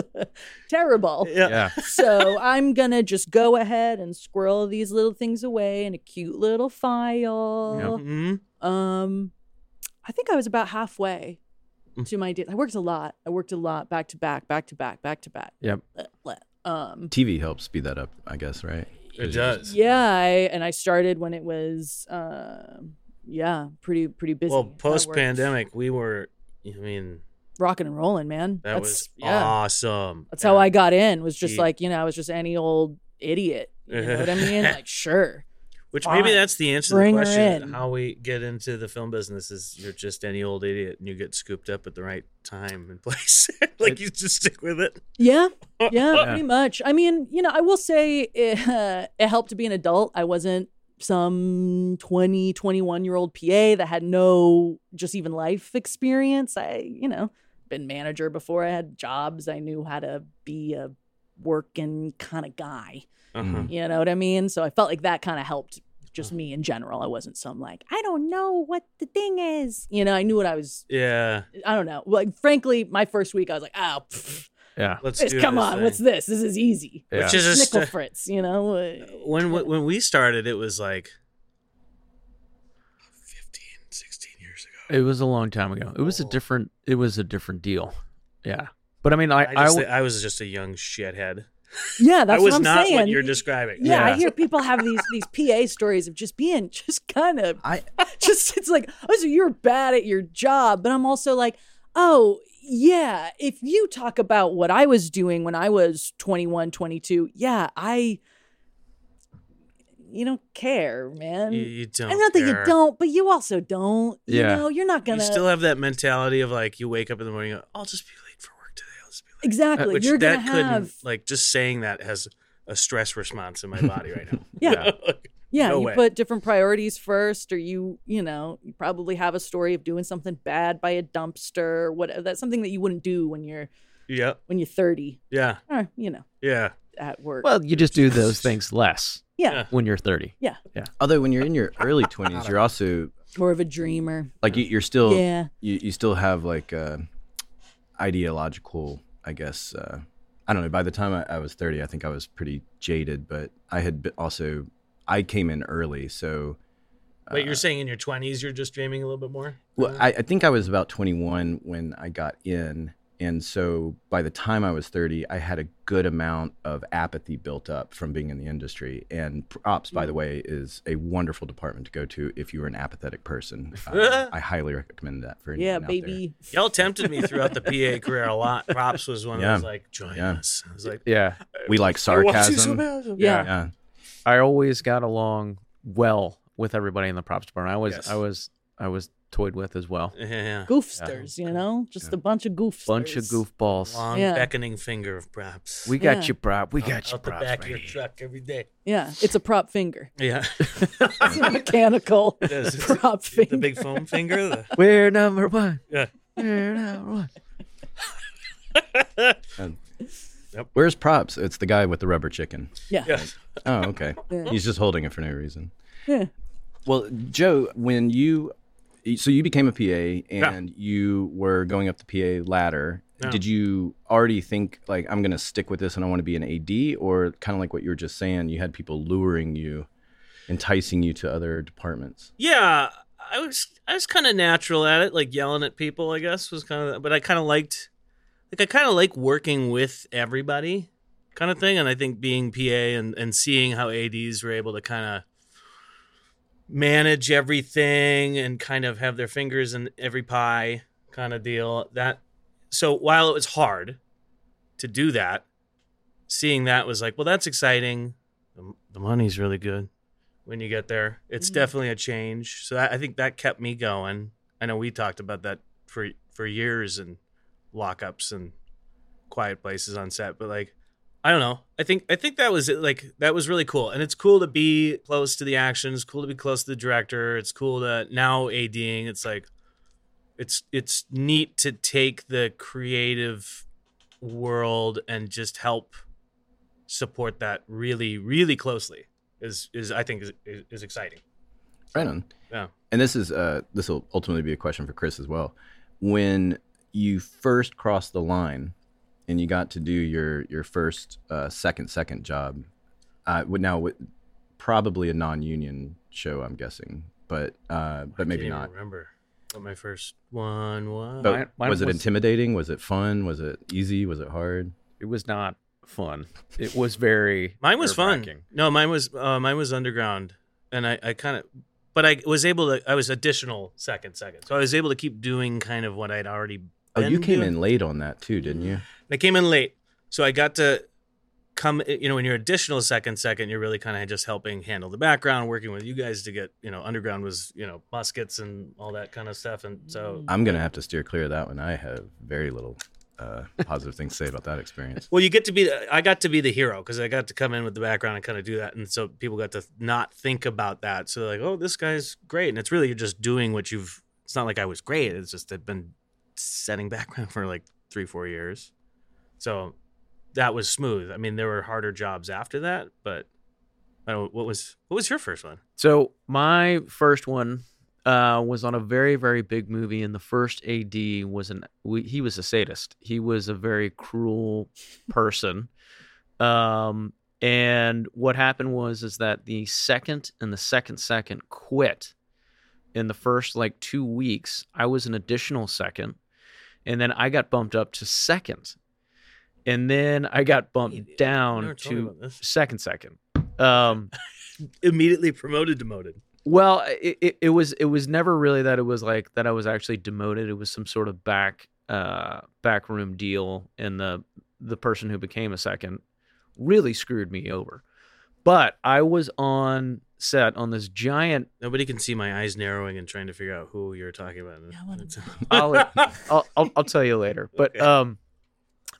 [SPEAKER 2] terrible.
[SPEAKER 5] Yeah.
[SPEAKER 2] so I'm gonna just go ahead and squirrel these little things away in a cute little file.
[SPEAKER 1] Mhm.
[SPEAKER 2] Um, I think I was about halfway
[SPEAKER 1] Mm.
[SPEAKER 2] to my date. I worked a lot. I worked a lot, back to back, back to back, back to back.
[SPEAKER 5] Yep.
[SPEAKER 2] Bleh, bleh. Um,
[SPEAKER 3] TV helps speed that up, I guess, right?
[SPEAKER 1] It does.
[SPEAKER 2] yeah, I, and I started when it was, uh, yeah, pretty pretty busy.
[SPEAKER 1] Well,
[SPEAKER 2] That worked.
[SPEAKER 1] post pandemic, we were I mean,
[SPEAKER 2] rocking and rolling, man.
[SPEAKER 1] that
[SPEAKER 2] That's,
[SPEAKER 1] was
[SPEAKER 2] yeah.
[SPEAKER 1] awesome.
[SPEAKER 2] That's how I got in. Was just
[SPEAKER 1] Gee.
[SPEAKER 2] like you know, I was just any old idiot. You know what I
[SPEAKER 1] *laughs*
[SPEAKER 2] mean? Like sure.
[SPEAKER 1] Which
[SPEAKER 2] Fine.
[SPEAKER 1] maybe that's the answer
[SPEAKER 2] Bring
[SPEAKER 1] to
[SPEAKER 2] her
[SPEAKER 1] the question:
[SPEAKER 2] in.
[SPEAKER 1] how we get into the film business is you're just any old idiot, and you get scooped up at the right time and place. *laughs* like you just stick with it.
[SPEAKER 2] Yeah, yeah,
[SPEAKER 5] Yeah.
[SPEAKER 2] pretty much. I mean, you know, I will say it, uh, it *laughs* helped to be an adult. I wasn't some 20, 21 year old PA that had no just even life experience. I, you know, been manager before I had jobs. I knew how to be a working kind of guy.
[SPEAKER 1] Uh-huh.
[SPEAKER 2] You know what I mean? So I felt like that kind of helped just me in general. I wasn't some like, I don't know what the thing is. You know, I knew what I was,
[SPEAKER 1] Yeah,
[SPEAKER 2] I don't know. Like, frankly, my first week, I was like, oh, pfft,
[SPEAKER 5] Yeah.
[SPEAKER 1] let's
[SPEAKER 2] Just
[SPEAKER 1] do
[SPEAKER 2] come
[SPEAKER 1] this
[SPEAKER 2] on,
[SPEAKER 1] thing.
[SPEAKER 2] what's this? This is easy.
[SPEAKER 5] Yeah.
[SPEAKER 1] Which is a
[SPEAKER 2] Snickle
[SPEAKER 1] st-
[SPEAKER 2] Fritz, you know. uh,
[SPEAKER 1] when we- when we started, it was like 15, 16 years ago.
[SPEAKER 5] It was a long time ago. It was a different. It was a different deal. Yeah. But I mean, I
[SPEAKER 1] I,
[SPEAKER 5] I,
[SPEAKER 1] just, uh,
[SPEAKER 5] w-
[SPEAKER 1] thi- I was just a young shithead.
[SPEAKER 2] Yeah, that's
[SPEAKER 1] I was
[SPEAKER 2] what I'm
[SPEAKER 1] not
[SPEAKER 2] saying.
[SPEAKER 1] what you're describing.
[SPEAKER 2] yeah, I
[SPEAKER 5] Yeah.
[SPEAKER 2] hear people have these these PA stories of just being *laughs* just kind of
[SPEAKER 3] I
[SPEAKER 2] *laughs* just it's like, oh, so you're bad at your job, but I'm also like, oh yeah, if you talk about what I was doing when I was 21, 22, yeah, I you don't care, man.
[SPEAKER 1] You, you don't.
[SPEAKER 2] and not that you
[SPEAKER 1] care.
[SPEAKER 2] don't, but you also don't. You
[SPEAKER 5] Yeah.
[SPEAKER 2] know, you're not
[SPEAKER 1] You
[SPEAKER 2] gonna
[SPEAKER 1] still have that mentality of like you wake up in the morning. and go, I'll just be late for work today. I'll just be late.
[SPEAKER 2] exactly.
[SPEAKER 1] uh, Which
[SPEAKER 2] you're gonna
[SPEAKER 1] that couldn't
[SPEAKER 2] have
[SPEAKER 1] like just saying that has a stress response in my body right now. *laughs*
[SPEAKER 2] Yeah. Yeah,
[SPEAKER 1] No
[SPEAKER 2] you
[SPEAKER 1] way.
[SPEAKER 2] put different priorities first, or you, you know, you probably have a story of doing something bad by a dumpster, or whatever. That's something that you wouldn't do when you're
[SPEAKER 1] yeah.
[SPEAKER 2] when you're 30,
[SPEAKER 1] Yeah.
[SPEAKER 2] or you know,
[SPEAKER 1] Yeah.
[SPEAKER 2] at work.
[SPEAKER 5] well, you just do those things less
[SPEAKER 2] yeah,
[SPEAKER 1] yeah.
[SPEAKER 5] when you're 30.
[SPEAKER 3] although when you're in your early 20s, you're also
[SPEAKER 2] more of a dreamer.
[SPEAKER 3] like you, you're still
[SPEAKER 2] yeah,
[SPEAKER 3] you, you still have like uh, ideological, I guess. Uh, I don't know. By the time I, I was 30, I think I was pretty jaded, but I had be- also, I came in early. So
[SPEAKER 1] But you're saying in your 20s you're just dreaming a little bit more?
[SPEAKER 3] Uh, well, I, I think I was about 21 when I got in. And so by the time I was 30, I had a good amount of apathy built up from being in the industry. And props, by
[SPEAKER 1] Mm.
[SPEAKER 3] the way, is a wonderful department to go to if you're an
[SPEAKER 1] *laughs*
[SPEAKER 3] apathetic person. Uh, I highly recommend that for anyone
[SPEAKER 2] yeah,
[SPEAKER 3] out there.
[SPEAKER 2] baby.
[SPEAKER 1] Y'all tempted me throughout the PA career a lot. Props was one
[SPEAKER 3] Yeah.
[SPEAKER 1] that was like, join
[SPEAKER 3] Yeah.
[SPEAKER 1] us. I was like,
[SPEAKER 5] Yeah.
[SPEAKER 3] We like sarcasm.
[SPEAKER 2] Yeah.
[SPEAKER 3] yeah.
[SPEAKER 5] I always got along well with everybody in the props department. I was I was I was toyed with as well.
[SPEAKER 1] Yeah, yeah.
[SPEAKER 2] goofsters, you know, just a bunch of goofsters.
[SPEAKER 5] Bunch of goofballs.
[SPEAKER 1] Long
[SPEAKER 2] Yeah.
[SPEAKER 1] beckoning finger of props.
[SPEAKER 5] We got
[SPEAKER 2] Yeah.
[SPEAKER 5] you prop. We got you
[SPEAKER 1] out the
[SPEAKER 5] props.
[SPEAKER 1] back of
[SPEAKER 5] right
[SPEAKER 1] your
[SPEAKER 5] here.
[SPEAKER 1] truck every day.
[SPEAKER 2] Yeah, it's a prop finger,
[SPEAKER 1] Yeah.
[SPEAKER 2] it's a mechanical
[SPEAKER 1] is. It's-
[SPEAKER 2] *laughs* prop
[SPEAKER 1] *laughs*
[SPEAKER 2] finger.
[SPEAKER 1] the big foam finger. The,
[SPEAKER 5] *laughs* We're number one.
[SPEAKER 1] *laughs* yeah.
[SPEAKER 5] We're number one.
[SPEAKER 3] Where's props? It's the guy with the rubber chicken.
[SPEAKER 2] yeah.
[SPEAKER 1] Yeah.
[SPEAKER 3] Oh, okay.
[SPEAKER 2] Yeah.
[SPEAKER 3] He's just holding it for no reason.
[SPEAKER 2] Yeah.
[SPEAKER 3] Well, Joe, when you so you became a PA and you were going up the PA ladder,
[SPEAKER 1] Yeah.
[SPEAKER 3] did you already think like I'm going to stick with this and I want to be an AD or kind of like what you were just saying, you had people luring you, enticing you to other departments?
[SPEAKER 1] Yeah, I was I was kind of natural at it, like yelling at people. I guess was kind of, but I kind of liked, like I kind of like working with everybody, kind of thing. And I think being PA and and seeing how ads were able to kind of manage everything and kind of have their fingers in every pie kind of deal. That so while it was hard to do that, seeing that was like, well, that's exciting. The, the money's really good when you get there. It's
[SPEAKER 2] Mhm.
[SPEAKER 1] definitely a change. So that, I think that kept me going. I know we talked about that for for years and lockups and quiet places on set, but like I don't know. I think I think that was it. Like that was really cool, and it's cool to be close to the action. It's cool to be close to the director. It's cool to now ading. It's like it's it's neat to take the creative world and just help support that really really closely is is I think is is, is exciting.
[SPEAKER 3] Right on.
[SPEAKER 1] Yeah.
[SPEAKER 3] And this is uh, this will ultimately be a question for Chris as well. When you first crossed the line, and you got to do your your first uh, second second job, uh, would now would- probably a non union show, I'm guessing, but uh,
[SPEAKER 1] I
[SPEAKER 3] but maybe
[SPEAKER 1] can't even
[SPEAKER 3] not.
[SPEAKER 1] remember what my first one was.
[SPEAKER 3] But
[SPEAKER 5] Mine- mine
[SPEAKER 3] was it
[SPEAKER 5] was-
[SPEAKER 3] intimidating? Was it fun? Was it easy? Was it hard?
[SPEAKER 5] It was not fun. It was very.
[SPEAKER 1] Mine was fun.
[SPEAKER 5] nerve-wracking.
[SPEAKER 1] No, mine was uh, mine was underground, and I, I kind of, but I was able to. I was additional second second, so I was able to keep doing kind of what I'd already.
[SPEAKER 3] Oh, you
[SPEAKER 1] been
[SPEAKER 3] came
[SPEAKER 1] doing.
[SPEAKER 3] in late on that too, didn't you?
[SPEAKER 1] I came in late, so I got to come. eh, You know, when you're additional second second, you're really kind of just helping handle the background, working with you guys to get. You know, underground was you know muskets and all that kind of stuff, and so.
[SPEAKER 3] I'm gonna have to steer clear of that one. I have very little uh, positive things to say about
[SPEAKER 2] *laughs*
[SPEAKER 3] that experience.
[SPEAKER 1] Well, you get to be. I got to be the hero because I got to come in with the background and kind of do that, and so people got to not think about that. So they're like, "Oh, this guy's great," and it's really you're just doing what you've. It's not like I was great. It's just I've been setting *laughs* background for like three, four years, so that was smooth. I mean, there were harder jobs after that, but I don't, what was what was your first one?
[SPEAKER 5] So my first one uh, was on a very very big movie, and the first AD was an we, he was a sadist. He was a very cruel person. Um, and what happened was is that the second and the second second quit in the first like two weeks. I was an additional second, and then I got bumped up to second, and then I got
[SPEAKER 1] Hey,
[SPEAKER 5] bumped
[SPEAKER 1] You never
[SPEAKER 5] down
[SPEAKER 1] told me
[SPEAKER 5] to
[SPEAKER 1] about this.
[SPEAKER 5] second second. Um,
[SPEAKER 1] Immediately promoted, demoted.
[SPEAKER 5] well, it, it, it was it was never really that it was like that I was actually demoted. It was some sort of back uh backroom deal and the the person who became a second really screwed me over. But I was on set on this giant
[SPEAKER 1] Nobody can see my eyes narrowing and trying to figure out who you're talking about.
[SPEAKER 2] Yeah,
[SPEAKER 1] *laughs*
[SPEAKER 2] I wanna
[SPEAKER 5] I'll- I'll, I'll I'll tell you later. But
[SPEAKER 1] Okay.
[SPEAKER 5] um,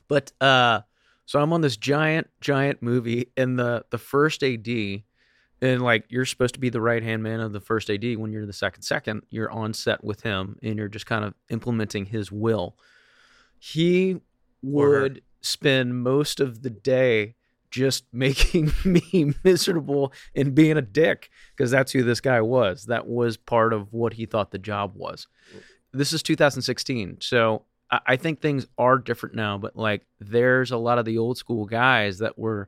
[SPEAKER 5] but uh, so I'm on this giant giant movie, and the the first AD, and like you're supposed to be the right hand man of the first AD when you're the second second. You're on set with him, and you're just kind of implementing his will. He
[SPEAKER 1] Or her.
[SPEAKER 5] would spend most of the day just *laughs* making me miserable and being a dick because that's who this guy was. That was part of what he thought the job was. This is 2016. So I, I think things are different now, but like there's a lot of the old school guys that were,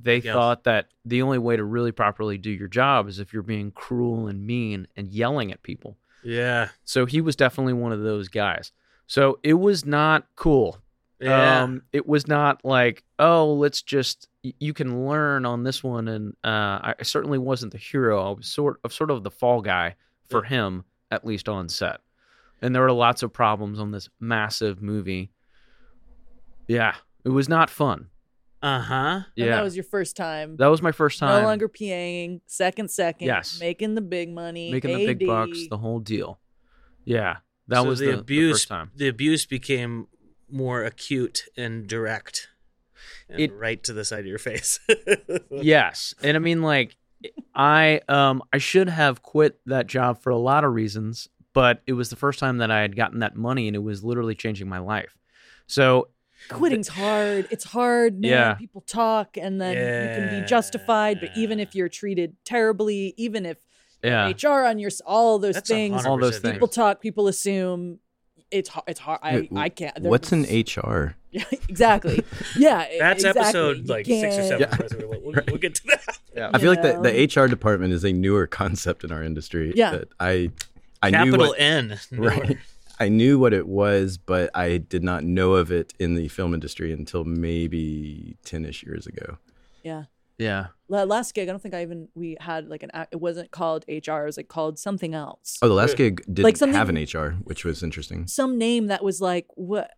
[SPEAKER 5] they
[SPEAKER 1] Yes.
[SPEAKER 5] thought that the only way to really properly do your job is if you're being cruel and mean and yelling at people.
[SPEAKER 1] yeah,
[SPEAKER 5] So he was definitely one of those guys. So it was not cool.
[SPEAKER 1] yeah.
[SPEAKER 5] Um, it was not like, oh, let's just y- you can learn on this one. And uh, I I certainly wasn't the hero. I was sort of sort of the fall guy for him, at least on set. And there were lots of problems on this massive movie. Yeah, it was not fun.
[SPEAKER 1] uh huh.
[SPEAKER 2] And
[SPEAKER 5] Yeah,
[SPEAKER 2] that was your first time.
[SPEAKER 5] my first
[SPEAKER 2] no
[SPEAKER 5] time
[SPEAKER 2] longer PAing, second second,
[SPEAKER 5] Yes.
[SPEAKER 2] making the big money,
[SPEAKER 5] making the big
[SPEAKER 2] AD.
[SPEAKER 5] bucks, the whole deal. Yeah, that
[SPEAKER 1] So
[SPEAKER 5] was the, the first time.
[SPEAKER 1] The abuse became more acute and direct, and
[SPEAKER 5] It-
[SPEAKER 1] right to the side of your face. *laughs*
[SPEAKER 5] yes and i mean like i um i should have quit that job for a lot of reasons but it was the first time that i had gotten that money and it was literally changing my life so
[SPEAKER 2] Quitting's hard. It's hard, man.
[SPEAKER 5] Yeah.
[SPEAKER 2] People talk, and then you can
[SPEAKER 1] Yeah.
[SPEAKER 2] be justified. But even if you're treated terribly, even if
[SPEAKER 5] yeah
[SPEAKER 2] HR on your s- all those
[SPEAKER 1] That's a
[SPEAKER 2] things,
[SPEAKER 1] hundred
[SPEAKER 5] All those
[SPEAKER 1] percent
[SPEAKER 2] people talk, people assume it's har- it's hard. I,
[SPEAKER 3] Wait, wh-
[SPEAKER 2] I can't. there
[SPEAKER 3] What's an
[SPEAKER 2] was-
[SPEAKER 3] HR?
[SPEAKER 2] Yeah, *laughs* exactly. Yeah,
[SPEAKER 1] *laughs*
[SPEAKER 2] e-
[SPEAKER 1] That's
[SPEAKER 2] exactly. You
[SPEAKER 1] episode like six or
[SPEAKER 2] can't-
[SPEAKER 1] seven.
[SPEAKER 3] Yeah.
[SPEAKER 1] That's what We'll, we'll- we'll get to that.
[SPEAKER 5] Yeah.
[SPEAKER 3] I feel
[SPEAKER 2] you
[SPEAKER 3] like the,
[SPEAKER 2] know?
[SPEAKER 3] *laughs* the HR department is a newer concept in our industry.
[SPEAKER 2] Yeah.
[SPEAKER 3] That I I knew
[SPEAKER 1] Capital
[SPEAKER 3] what,
[SPEAKER 5] *laughs*
[SPEAKER 1] N. E
[SPEAKER 3] Right. I knew what it was, but I did not know of it in the film industry until maybe 10ish years ago.
[SPEAKER 2] Yeah.
[SPEAKER 5] Yeah.
[SPEAKER 2] La- Last gig, I don't think I even we had like an. ac- It wasn't called HR. It was like called something else.
[SPEAKER 3] Oh, the last gig didn't
[SPEAKER 2] Like something-
[SPEAKER 3] have an HR, which was interesting.
[SPEAKER 2] Some name that was like what?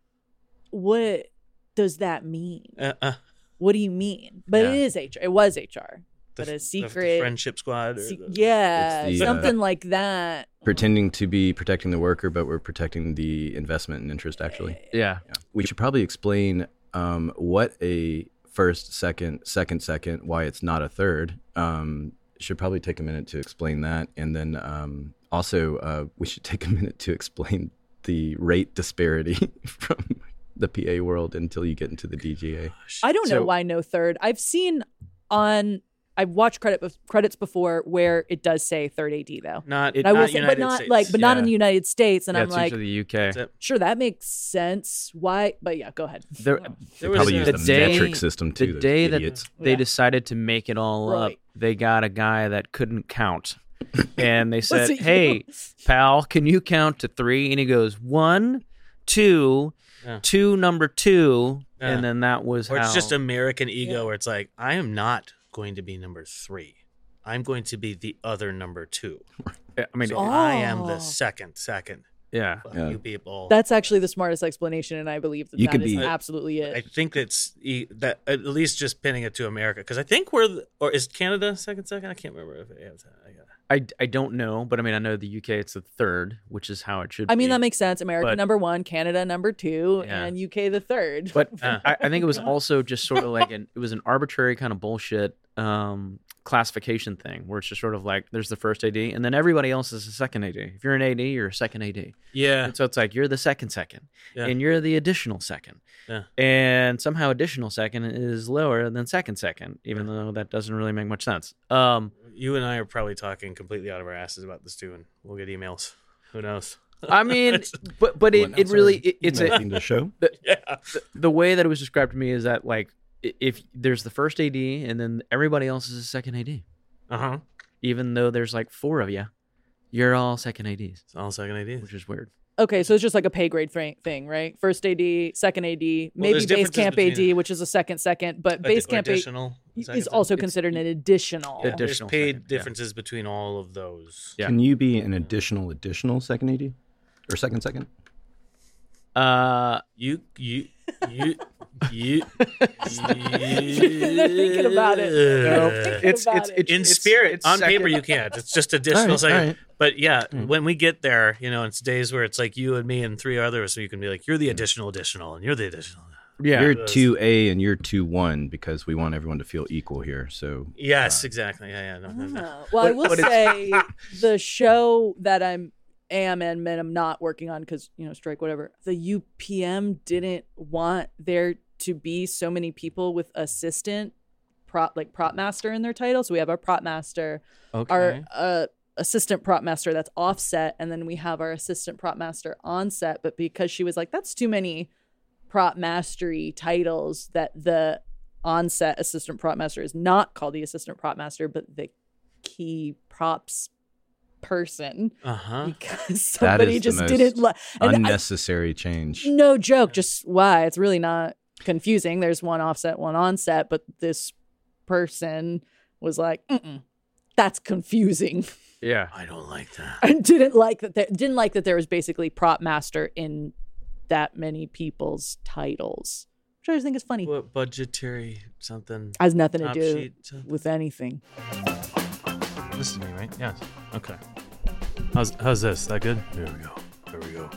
[SPEAKER 2] What does that mean?
[SPEAKER 1] Uh, uh,
[SPEAKER 2] What do you mean? But it
[SPEAKER 1] Yeah.
[SPEAKER 2] is HR. It was HR.
[SPEAKER 1] the,
[SPEAKER 2] But a
[SPEAKER 1] f- the- the
[SPEAKER 2] secret-
[SPEAKER 1] friendship squad. Or
[SPEAKER 2] See-
[SPEAKER 1] the-
[SPEAKER 2] yeah,
[SPEAKER 3] It's the, uh,
[SPEAKER 2] something like that.
[SPEAKER 3] Pretending to be protecting the worker, but we're protecting the investment and interest, actually.
[SPEAKER 2] Eh,
[SPEAKER 5] Yeah.
[SPEAKER 3] Yeah. We should probably explain um, what a first, second, second, second, why it's not a third. Um, should probably take a minute to explain that. And then um, also, uh, we should *laughs* take a minute to explain the rate disparity *laughs* from the PA world until you get into the DGA.
[SPEAKER 2] I don't know
[SPEAKER 5] So-
[SPEAKER 2] why no third. I've seen on I've watched credit bef- credits before where it does say third AD though.
[SPEAKER 1] Not, it,
[SPEAKER 2] And I will
[SPEAKER 1] not
[SPEAKER 2] say,
[SPEAKER 1] United
[SPEAKER 2] but not
[SPEAKER 1] States.
[SPEAKER 2] like, but not
[SPEAKER 5] Yeah.
[SPEAKER 2] in the United States. And
[SPEAKER 5] yeah,
[SPEAKER 2] I'm
[SPEAKER 5] it's
[SPEAKER 2] like,
[SPEAKER 5] usually the UK.
[SPEAKER 1] That's it.
[SPEAKER 2] sure, that makes sense. Why? But yeah, go ahead. *laughs*
[SPEAKER 5] There-
[SPEAKER 1] There was
[SPEAKER 3] Probably
[SPEAKER 1] a-
[SPEAKER 3] use
[SPEAKER 5] the
[SPEAKER 3] the,
[SPEAKER 5] day-
[SPEAKER 3] metric system too.
[SPEAKER 5] the
[SPEAKER 3] those
[SPEAKER 5] day
[SPEAKER 3] idiots.
[SPEAKER 5] that they
[SPEAKER 2] Yeah.
[SPEAKER 5] decided to make it all up,
[SPEAKER 2] Right.
[SPEAKER 5] they got a guy that couldn't count.
[SPEAKER 2] *laughs*
[SPEAKER 5] And they said,
[SPEAKER 2] it you?
[SPEAKER 5] Hey, pal, can you count to three? And he goes, One, two,
[SPEAKER 1] Yeah.
[SPEAKER 5] two, number two.
[SPEAKER 1] Yeah.
[SPEAKER 5] And then that was
[SPEAKER 1] or
[SPEAKER 5] how.
[SPEAKER 1] it's just American ego
[SPEAKER 2] Yeah.
[SPEAKER 1] where it's like, I am not going to be number three. I'm going to be the other number two.
[SPEAKER 5] I mean,
[SPEAKER 1] So I am
[SPEAKER 2] Oh.
[SPEAKER 1] the second, second.
[SPEAKER 5] yeah.
[SPEAKER 1] Fuck
[SPEAKER 3] Yeah.
[SPEAKER 1] you people.
[SPEAKER 2] That's actually the smartest explanation, and I believe that
[SPEAKER 3] You
[SPEAKER 2] that
[SPEAKER 3] could
[SPEAKER 2] is
[SPEAKER 3] be-
[SPEAKER 2] absolutely it.
[SPEAKER 1] I think that's e- that at least just pinning it to America because I think we're the, or is Canada second second? I can't remember if it uh, is. I got-
[SPEAKER 5] I, I don't know, but I mean, I know the UK, it's the third, which is how it should
[SPEAKER 2] I mean,
[SPEAKER 5] be.
[SPEAKER 2] that makes sense. America
[SPEAKER 5] But-
[SPEAKER 2] number one, Canada number two,
[SPEAKER 5] Yeah.
[SPEAKER 2] and UK the third.
[SPEAKER 5] But
[SPEAKER 1] Uh.
[SPEAKER 5] I, I think
[SPEAKER 2] *laughs*
[SPEAKER 5] it was also just sort of like an it was an arbitrary kind of bullshit um, classification thing where it's just sort of like there's the first AD and then everybody else is a second AD. If you're an AD, you're a second AD.
[SPEAKER 1] Yeah,
[SPEAKER 5] And so it's like you're the second second,
[SPEAKER 1] Yeah.
[SPEAKER 5] and you're the additional second,
[SPEAKER 1] Yeah.
[SPEAKER 5] and somehow additional second is lower than second second, even though that doesn't really make much sense. Um,
[SPEAKER 1] you and I are probably talking completely out of our asses about this too, and we'll get emails. Who knows?
[SPEAKER 2] *laughs*
[SPEAKER 5] I mean, but but it,
[SPEAKER 3] Well,
[SPEAKER 5] it
[SPEAKER 3] that's
[SPEAKER 5] really
[SPEAKER 3] our
[SPEAKER 5] it, it's a,
[SPEAKER 3] thing to show.
[SPEAKER 1] Yeah,
[SPEAKER 5] the way that it was described to me is that like i- if there's the first AD and then everybody else is a second AD.
[SPEAKER 1] uh huh.
[SPEAKER 5] even though there's like four of you, you're all second IDs,
[SPEAKER 1] It's all second ideas.
[SPEAKER 5] which is weird.
[SPEAKER 2] okay, so it's just like a pay grade thra- thing, right? First AD, second AD, maybe
[SPEAKER 1] there's
[SPEAKER 2] base
[SPEAKER 1] differences
[SPEAKER 2] camp
[SPEAKER 1] between-
[SPEAKER 2] AD, which is a second second, but base
[SPEAKER 1] Addi-
[SPEAKER 2] camp AD
[SPEAKER 1] additional second
[SPEAKER 2] is
[SPEAKER 1] second.
[SPEAKER 2] also considered an additional.
[SPEAKER 5] Addi-
[SPEAKER 1] There's
[SPEAKER 5] additional
[SPEAKER 1] paid
[SPEAKER 5] second, yeah.
[SPEAKER 1] differences between all of those.
[SPEAKER 5] Yeah.
[SPEAKER 3] Can you be an additional additional second AD or second second?
[SPEAKER 5] Uh,
[SPEAKER 1] You you you
[SPEAKER 2] *laughs*
[SPEAKER 1] you.
[SPEAKER 2] They're thinking about it.
[SPEAKER 5] it's,
[SPEAKER 2] about
[SPEAKER 5] it's,
[SPEAKER 2] it.
[SPEAKER 5] it's
[SPEAKER 1] in
[SPEAKER 5] it's-
[SPEAKER 1] spirit
[SPEAKER 5] it's
[SPEAKER 1] on
[SPEAKER 5] second-
[SPEAKER 1] paper you can't it's just additional
[SPEAKER 3] Alright,
[SPEAKER 1] second
[SPEAKER 3] alright.
[SPEAKER 1] but yeah when we get there you know it's days where it's like you and me and three others so you can be like you're the additional additional and you're the additional
[SPEAKER 5] Yeah,
[SPEAKER 3] You're two A and you're two one because we want everyone to feel equal here. So
[SPEAKER 1] yes exactly yeah yeah no, no, no.
[SPEAKER 2] Oh,
[SPEAKER 1] *laughs*
[SPEAKER 2] Well, I will say the show that I'm am and men I'm not working on because you know strike whatever. The UPM didn't want there to be so many people with assistant prop like prop master in their title. So we have our prop master,
[SPEAKER 5] okay.
[SPEAKER 2] our uh, assistant prop master that's offset, and then we have our assistant prop master on set. But because she was like, that's too many prop mastery titles that the onset assistant prop master is not called the assistant prop master, but the key props person
[SPEAKER 1] uh-huh
[SPEAKER 2] because
[SPEAKER 3] That
[SPEAKER 2] somebody
[SPEAKER 3] is the
[SPEAKER 2] just
[SPEAKER 3] most
[SPEAKER 2] didn't like
[SPEAKER 3] unnecessary change.
[SPEAKER 2] no joke just why it's really not confusing there's one offset one onset but this person was like Mm-mm, that's confusing
[SPEAKER 5] yeah,
[SPEAKER 1] i don't like
[SPEAKER 2] *laughs*
[SPEAKER 1] that
[SPEAKER 2] and didn't like that there didn't like that there was basically prop master in that many people's titles which i just think is funny
[SPEAKER 1] what budgetary something
[SPEAKER 2] has nothing to
[SPEAKER 1] top
[SPEAKER 2] do
[SPEAKER 1] sheet something?
[SPEAKER 2] with anything
[SPEAKER 1] listen to me right yes okay how's how's this that good there we go there we go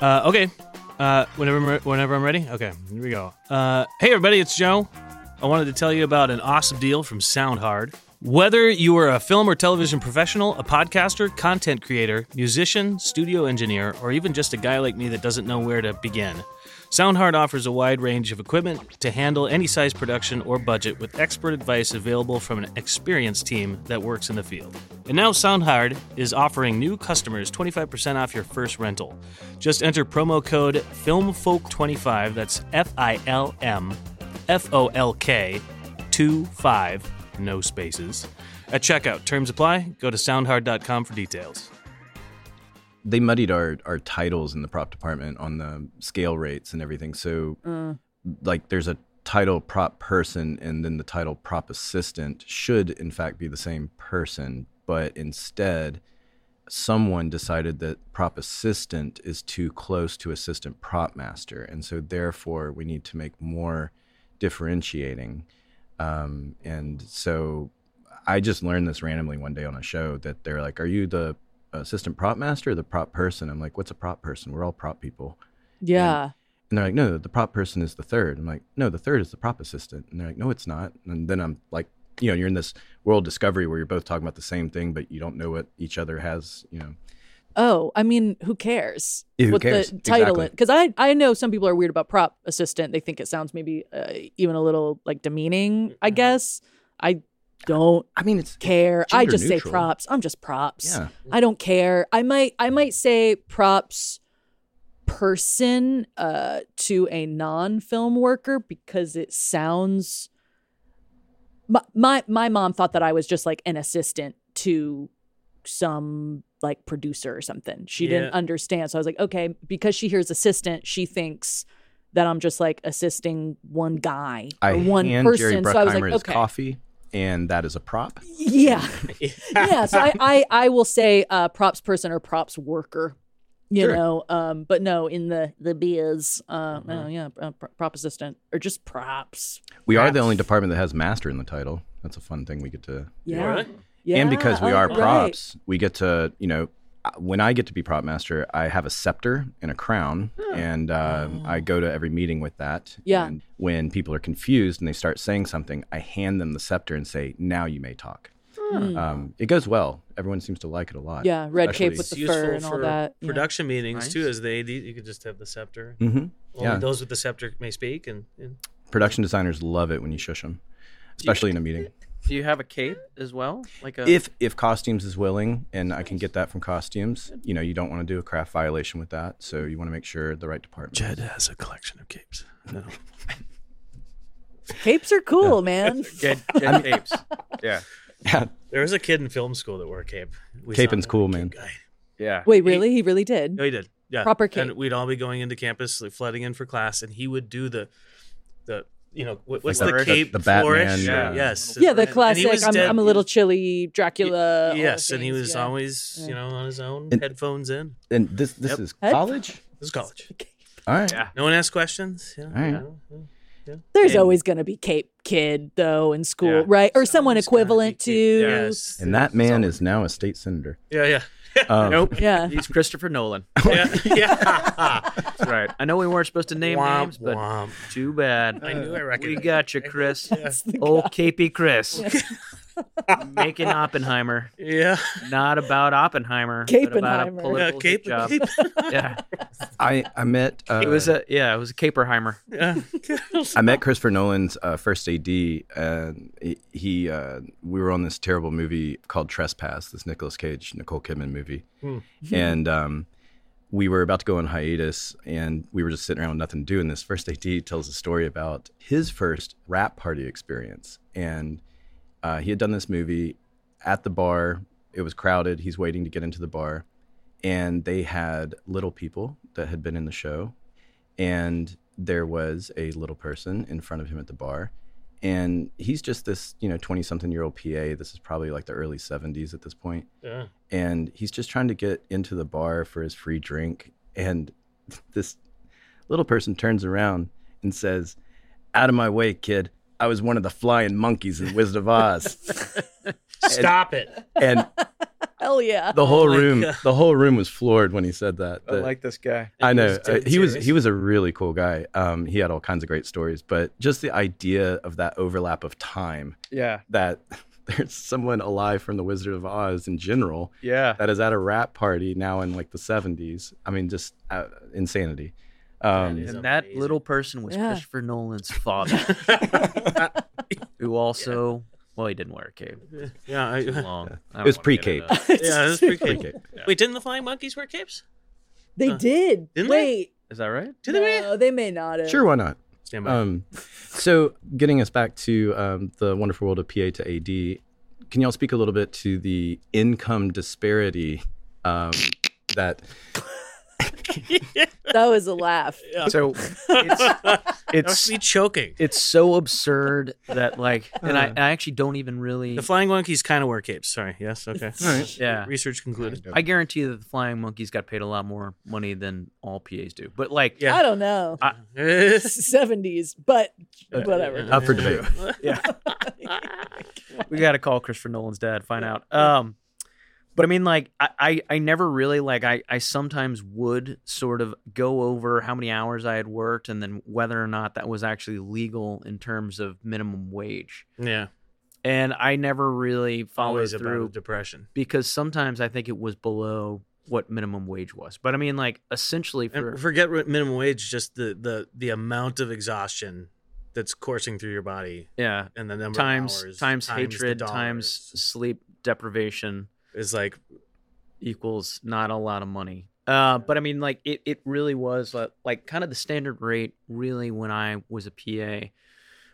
[SPEAKER 1] uh okay uh whenever I'm re- whenever i'm ready okay here we go uh hey everybody it's joe I wanted to tell you about an awesome deal from Soundhard. Whether you are a film or television professional, a podcaster, content creator, musician, studio engineer, or even just a guy like me that doesn't know where to begin, Soundhard offers a wide range of equipment to handle any size production or budget with expert advice available from an experienced team that works in the field. And now Soundhard is offering new customers 25% off your first rental. Just enter promo code FILMFOLK25, that's F I L M F O L K 2 5, no spaces. At checkout, terms apply. Go to soundhard.com for details.
[SPEAKER 3] they muddied our our titles in the prop department on the scale rates and everything. So
[SPEAKER 2] Uh,
[SPEAKER 3] like there's a title prop person and then the title prop assistant should in fact be the same person but instead someone decided that prop assistant is too close to assistant prop master and so therefore we need to make more differentiating um, and so i just learned this randomly one day on a show that they're like are you the assistant prop master or the prop person i'm like what's a prop person we're all prop people
[SPEAKER 2] yeah.
[SPEAKER 3] and they're like, no, the prop person is the third. I'm like, no, the third is the prop assistant. And they're like, no, it's not. And then I'm like, you know, you're in this world discovery where you're both talking about the same thing, but you don't know what each other has, you know.
[SPEAKER 2] Oh, I mean, who cares?
[SPEAKER 3] Yeah, who
[SPEAKER 2] what
[SPEAKER 3] cares?
[SPEAKER 2] the title
[SPEAKER 3] Exactly.
[SPEAKER 2] Because I, I know some people are weird about prop assistant. They think it sounds maybe uh, even a little like demeaning, I
[SPEAKER 1] Mhm.
[SPEAKER 2] guess. I don't
[SPEAKER 3] I mean, it's,
[SPEAKER 2] care. I
[SPEAKER 3] Gender
[SPEAKER 2] just say
[SPEAKER 3] neutral.
[SPEAKER 2] props. I'm just props.
[SPEAKER 3] yeah.
[SPEAKER 2] I don't care. I might I might say props person uh to a non-film worker because it sounds my, my my mom thought that I was just like an assistant to some like producer or something. She didn't
[SPEAKER 1] Yeah.
[SPEAKER 2] understand. So I was like, okay, because she hears assistant, she thinks that I'm just like assisting one guy
[SPEAKER 3] I
[SPEAKER 2] or one
[SPEAKER 3] hand
[SPEAKER 2] person.
[SPEAKER 3] Jerry Bruckheimer
[SPEAKER 2] so I was like,
[SPEAKER 3] his
[SPEAKER 2] okay.
[SPEAKER 3] coffee, and that is a prop.
[SPEAKER 1] *laughs*
[SPEAKER 2] Yeah. yeah. So I, I, I will say uh, props person or props worker, you
[SPEAKER 3] Sure.
[SPEAKER 2] know. Um, but no, in the the biz, uh,
[SPEAKER 1] Mhm.
[SPEAKER 2] uh, yeah, uh, pr- prop assistant or just props.
[SPEAKER 3] We are the
[SPEAKER 1] Props.
[SPEAKER 3] only department that has master in the title. That's a fun thing we get to.
[SPEAKER 2] Yeah.
[SPEAKER 1] Really?
[SPEAKER 2] Yeah.
[SPEAKER 3] and because we
[SPEAKER 2] oh,
[SPEAKER 3] are
[SPEAKER 2] right.
[SPEAKER 3] props, we get to, you know, I- when I get to be prop master, I have a scepter and a crown, and um, I go to every meeting with that.
[SPEAKER 2] Oh. Yeah.
[SPEAKER 3] And when people are confused and they start saying something, I hand them the scepter and say, "Now you may talk."
[SPEAKER 2] Mm.
[SPEAKER 3] Um, it goes well. Everyone seems to like it a lot.
[SPEAKER 2] Yeah, red cape
[SPEAKER 3] Actually,
[SPEAKER 2] with the
[SPEAKER 1] useful
[SPEAKER 2] fur and all
[SPEAKER 1] for
[SPEAKER 2] that. yeah.
[SPEAKER 1] Production meetings too,
[SPEAKER 5] Nice.
[SPEAKER 1] as the AD, you could just have the scepter.
[SPEAKER 3] hmm
[SPEAKER 1] Only
[SPEAKER 3] Yeah.
[SPEAKER 1] those with the scepter may speak, and, and
[SPEAKER 3] Production designers love it when you shush them, especially in a meeting.
[SPEAKER 5] Do you have a cape as well? Like a
[SPEAKER 3] If if costumes is willing, and I can get that from costumes, you know, you don't want to do a craft violation with that, so you want to make sure the right department.
[SPEAKER 1] Jed has a collection of capes. No.
[SPEAKER 2] Capes are
[SPEAKER 1] *laughs*
[SPEAKER 2] cool, man.
[SPEAKER 5] Jed, capes. Yeah.
[SPEAKER 3] *laughs* Yeah.
[SPEAKER 1] There was a kid in film school that wore a cape. We saw
[SPEAKER 3] Capin's
[SPEAKER 1] him,
[SPEAKER 3] cool,
[SPEAKER 1] cape
[SPEAKER 3] man.
[SPEAKER 1] guy.
[SPEAKER 5] Yeah.
[SPEAKER 2] Wait, really? He really did.
[SPEAKER 1] No, he did. Yeah,
[SPEAKER 2] Proper
[SPEAKER 1] And
[SPEAKER 2] cape.
[SPEAKER 1] we'd all be going into campus, like flooding in for class, and he would do the, the you know what, what's
[SPEAKER 5] Like
[SPEAKER 1] the
[SPEAKER 5] the-
[SPEAKER 1] cape
[SPEAKER 3] the Batman,
[SPEAKER 1] flourish?
[SPEAKER 5] yeah.
[SPEAKER 1] Yes.
[SPEAKER 2] Yeah,
[SPEAKER 1] And-
[SPEAKER 2] the
[SPEAKER 1] and he
[SPEAKER 2] classic.
[SPEAKER 1] was
[SPEAKER 2] I'm,
[SPEAKER 1] dead-
[SPEAKER 2] I'm a little chilly, Dracula. all
[SPEAKER 1] yes,
[SPEAKER 2] the
[SPEAKER 1] and he
[SPEAKER 2] things,
[SPEAKER 1] was
[SPEAKER 2] yeah.
[SPEAKER 1] always
[SPEAKER 2] Yeah.
[SPEAKER 1] you know on his own,
[SPEAKER 3] And-
[SPEAKER 1] headphones in.
[SPEAKER 3] And this this
[SPEAKER 1] Yep.
[SPEAKER 3] is
[SPEAKER 2] Head-
[SPEAKER 3] college.
[SPEAKER 1] This is college.
[SPEAKER 3] All right.
[SPEAKER 5] Yeah.
[SPEAKER 1] No one asked questions. You know,
[SPEAKER 3] All right.
[SPEAKER 1] you know, you know.
[SPEAKER 2] There's
[SPEAKER 3] And-
[SPEAKER 2] always going to be cape kid though in school,
[SPEAKER 5] Yeah.
[SPEAKER 2] right? Or someone
[SPEAKER 1] Someone's gotta be
[SPEAKER 2] equivalent to.
[SPEAKER 1] cape- Yes.
[SPEAKER 3] And that man is now a state senator.
[SPEAKER 1] Yeah, yeah.
[SPEAKER 3] Um,
[SPEAKER 5] Nope.
[SPEAKER 2] Yeah.
[SPEAKER 5] He's Christopher Nolan.
[SPEAKER 1] *laughs* yeah, yeah.
[SPEAKER 5] That's right. I know we weren't supposed to name
[SPEAKER 1] Womp,
[SPEAKER 5] names, but
[SPEAKER 1] womp.
[SPEAKER 5] too bad.
[SPEAKER 1] I knew I
[SPEAKER 5] Uh, We
[SPEAKER 1] recognized.
[SPEAKER 5] got you, Chris.
[SPEAKER 2] That's the
[SPEAKER 5] Old Capey Chris. Making Oppenheimer.
[SPEAKER 1] Yeah.
[SPEAKER 5] Not about Oppenheimer, but about a
[SPEAKER 2] Capenheimer.
[SPEAKER 1] Yeah,
[SPEAKER 5] political
[SPEAKER 1] cape,
[SPEAKER 5] job. *laughs*
[SPEAKER 1] cape.
[SPEAKER 5] Yeah.
[SPEAKER 3] I I met uh,
[SPEAKER 5] It was a yeah, it was a Caperheimer.
[SPEAKER 1] Yeah.
[SPEAKER 3] I met Christopher Nolan's uh, first AD, and he- he uh, we were on this terrible movie called Trespass, this Nicolas Cage Nicole Kidman movie,
[SPEAKER 1] Hmm.
[SPEAKER 3] and um, we were about to go on hiatus, and we were just sitting around with nothing to do. And this first AD tells a story about his first rap party experience, and uh, he had done this movie at the bar. It was crowded. He's waiting to get into the bar, and they had little people that had been in the show and there was a little person in front of him at the bar and he's just this you know 20 something year old pa this is probably like the early 70s at this point
[SPEAKER 1] yeah.
[SPEAKER 3] and he's just trying to get into the bar for his free drink and *laughs* this little person turns around and says out of my way kid i was one of the flying monkeys in wizard of oz
[SPEAKER 1] *laughs* Stop it.
[SPEAKER 3] and
[SPEAKER 2] *laughs* Hell yeah.
[SPEAKER 3] the whole
[SPEAKER 1] my
[SPEAKER 3] room
[SPEAKER 1] God. Oh
[SPEAKER 3] the whole room was floored when he said that The-
[SPEAKER 5] this guy.
[SPEAKER 3] I
[SPEAKER 1] He
[SPEAKER 3] know
[SPEAKER 1] was
[SPEAKER 3] Uh,
[SPEAKER 1] dead
[SPEAKER 3] he was
[SPEAKER 1] serious.
[SPEAKER 3] he was a really cool guy. Um, he had all kinds of great stories, but just the idea of that overlap of time
[SPEAKER 5] Yeah.
[SPEAKER 3] that *laughs* there's someone alive from the Wizard of Oz in general
[SPEAKER 5] Yeah.
[SPEAKER 3] that is at a rap party now in like the 70s. I mean, just uh, insanity. Um,
[SPEAKER 1] That is-
[SPEAKER 5] And that
[SPEAKER 1] amazing.
[SPEAKER 5] little person was
[SPEAKER 2] Yeah.
[SPEAKER 5] Christopher Nolan's father, who also well, he didn't wear a cape.
[SPEAKER 1] *laughs* yeah. I,
[SPEAKER 5] Too
[SPEAKER 1] yeah.
[SPEAKER 3] *laughs*
[SPEAKER 5] long. I don't
[SPEAKER 3] was
[SPEAKER 5] wanna get
[SPEAKER 3] pre-cape.
[SPEAKER 5] into that.
[SPEAKER 1] That's pretty
[SPEAKER 3] pretty
[SPEAKER 1] cool.
[SPEAKER 3] good.
[SPEAKER 1] *laughs* Wait, didn't the flying monkeys wear capes?
[SPEAKER 2] They
[SPEAKER 1] Uh,
[SPEAKER 2] did.
[SPEAKER 1] didn't they?
[SPEAKER 2] Wait.
[SPEAKER 5] Is that right?
[SPEAKER 1] Did they? really?
[SPEAKER 2] no, they may not have.
[SPEAKER 3] Sure, why not?
[SPEAKER 1] Stand *laughs* by.
[SPEAKER 3] Um, so, getting us back to um, the wonderful world of PA to AD, can y'all speak a little bit to the income disparity um, that.
[SPEAKER 2] That was a laugh.
[SPEAKER 5] *laughs* So it's
[SPEAKER 1] That's
[SPEAKER 5] it's
[SPEAKER 1] me choking.
[SPEAKER 5] it's so absurd that like, and I, I actually don't even really.
[SPEAKER 1] The flying monkeys kind of wear capes. Sorry. Yes. Okay.
[SPEAKER 3] All right.
[SPEAKER 5] yeah,
[SPEAKER 1] *laughs* Research concluded.
[SPEAKER 5] I guarantee that the flying monkeys got paid a lot more money than all PAs do. But
[SPEAKER 1] *laughs*
[SPEAKER 5] like,
[SPEAKER 1] Yeah.
[SPEAKER 2] I
[SPEAKER 1] *laughs*
[SPEAKER 2] don't know.
[SPEAKER 5] I-
[SPEAKER 2] Seventies, but whatever.
[SPEAKER 3] Up for debate.
[SPEAKER 5] we got to call Christopher Nolan's dad, find out. Um, but I mean, like, I, I, I never really like I, I sometimes would sort of go over how many hours I had worked and then whether or not that was actually legal in terms of minimum wage.
[SPEAKER 1] yeah.
[SPEAKER 5] And I never really followed
[SPEAKER 1] Always
[SPEAKER 5] through
[SPEAKER 1] about depression.
[SPEAKER 5] because sometimes I think it was below what minimum wage was. But I mean, like, essentially for
[SPEAKER 1] And forget re- minimum wage. Just the the the amount of exhaustion that's coursing through your body
[SPEAKER 5] yeah,
[SPEAKER 1] and the number
[SPEAKER 5] times
[SPEAKER 1] of hours
[SPEAKER 5] times
[SPEAKER 1] the
[SPEAKER 5] hatred times
[SPEAKER 1] dollars
[SPEAKER 5] sleep deprivation.
[SPEAKER 1] is like
[SPEAKER 5] equals not a lot of money. Uh, but I mean, like it, it really was like, like kind of the standard rate. Really, when I was a PA,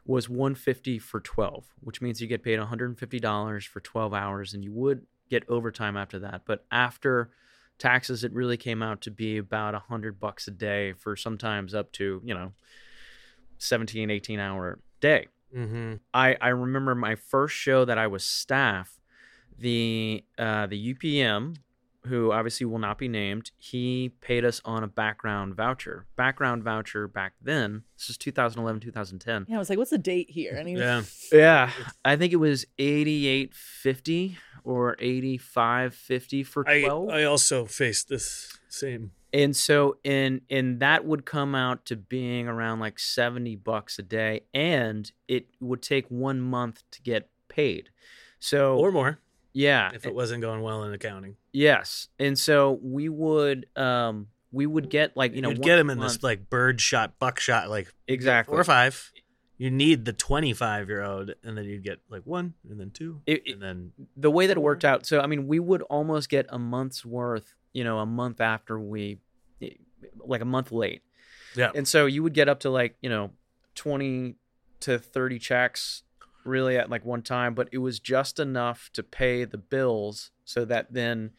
[SPEAKER 5] was one fifty for twelve, which means you get paid one hundred and fifty dollars for twelve hours, and you would get overtime after that. But after taxes, it really came out to be about a hundred bucks a day for sometimes up to you know 17, 18 hour day.
[SPEAKER 1] hmm
[SPEAKER 5] I I remember my first show that I was staff, the uh, the UPM, who obviously will not be named, he paid us on a background voucher. Background voucher back then. This is 2011, 2010.
[SPEAKER 2] Yeah, I was like, what's the date here? And he was,
[SPEAKER 1] yeah.
[SPEAKER 5] Yeah, I think it was 88.50 or 85.50 for
[SPEAKER 1] I
[SPEAKER 5] 12.
[SPEAKER 1] I also faced this same.
[SPEAKER 5] and so in and that would come out to being around like 70 bucks a day and it would take 1 month to get paid. So
[SPEAKER 1] Or more
[SPEAKER 5] Yeah. eh,
[SPEAKER 1] if it wasn't going well in accounting.
[SPEAKER 5] yes. And so we would um we would get like you know
[SPEAKER 1] You'd
[SPEAKER 5] one
[SPEAKER 1] get them in this
[SPEAKER 5] month-
[SPEAKER 1] like bird shot, buckshot, like
[SPEAKER 5] exactly
[SPEAKER 1] four or five. You need the 25 year old, and then you'd get like one, and then two,
[SPEAKER 5] It- it-
[SPEAKER 1] and then
[SPEAKER 5] the way that it
[SPEAKER 1] Mm-hmm.
[SPEAKER 5] worked out. So I mean, we would almost get a month's worth, you know, a month after we, eh, like a month late.
[SPEAKER 1] Yeah.
[SPEAKER 5] And so you would get up to like you know, twenty to thirty checks really at like one time, but it was just enough to pay the bills so that then,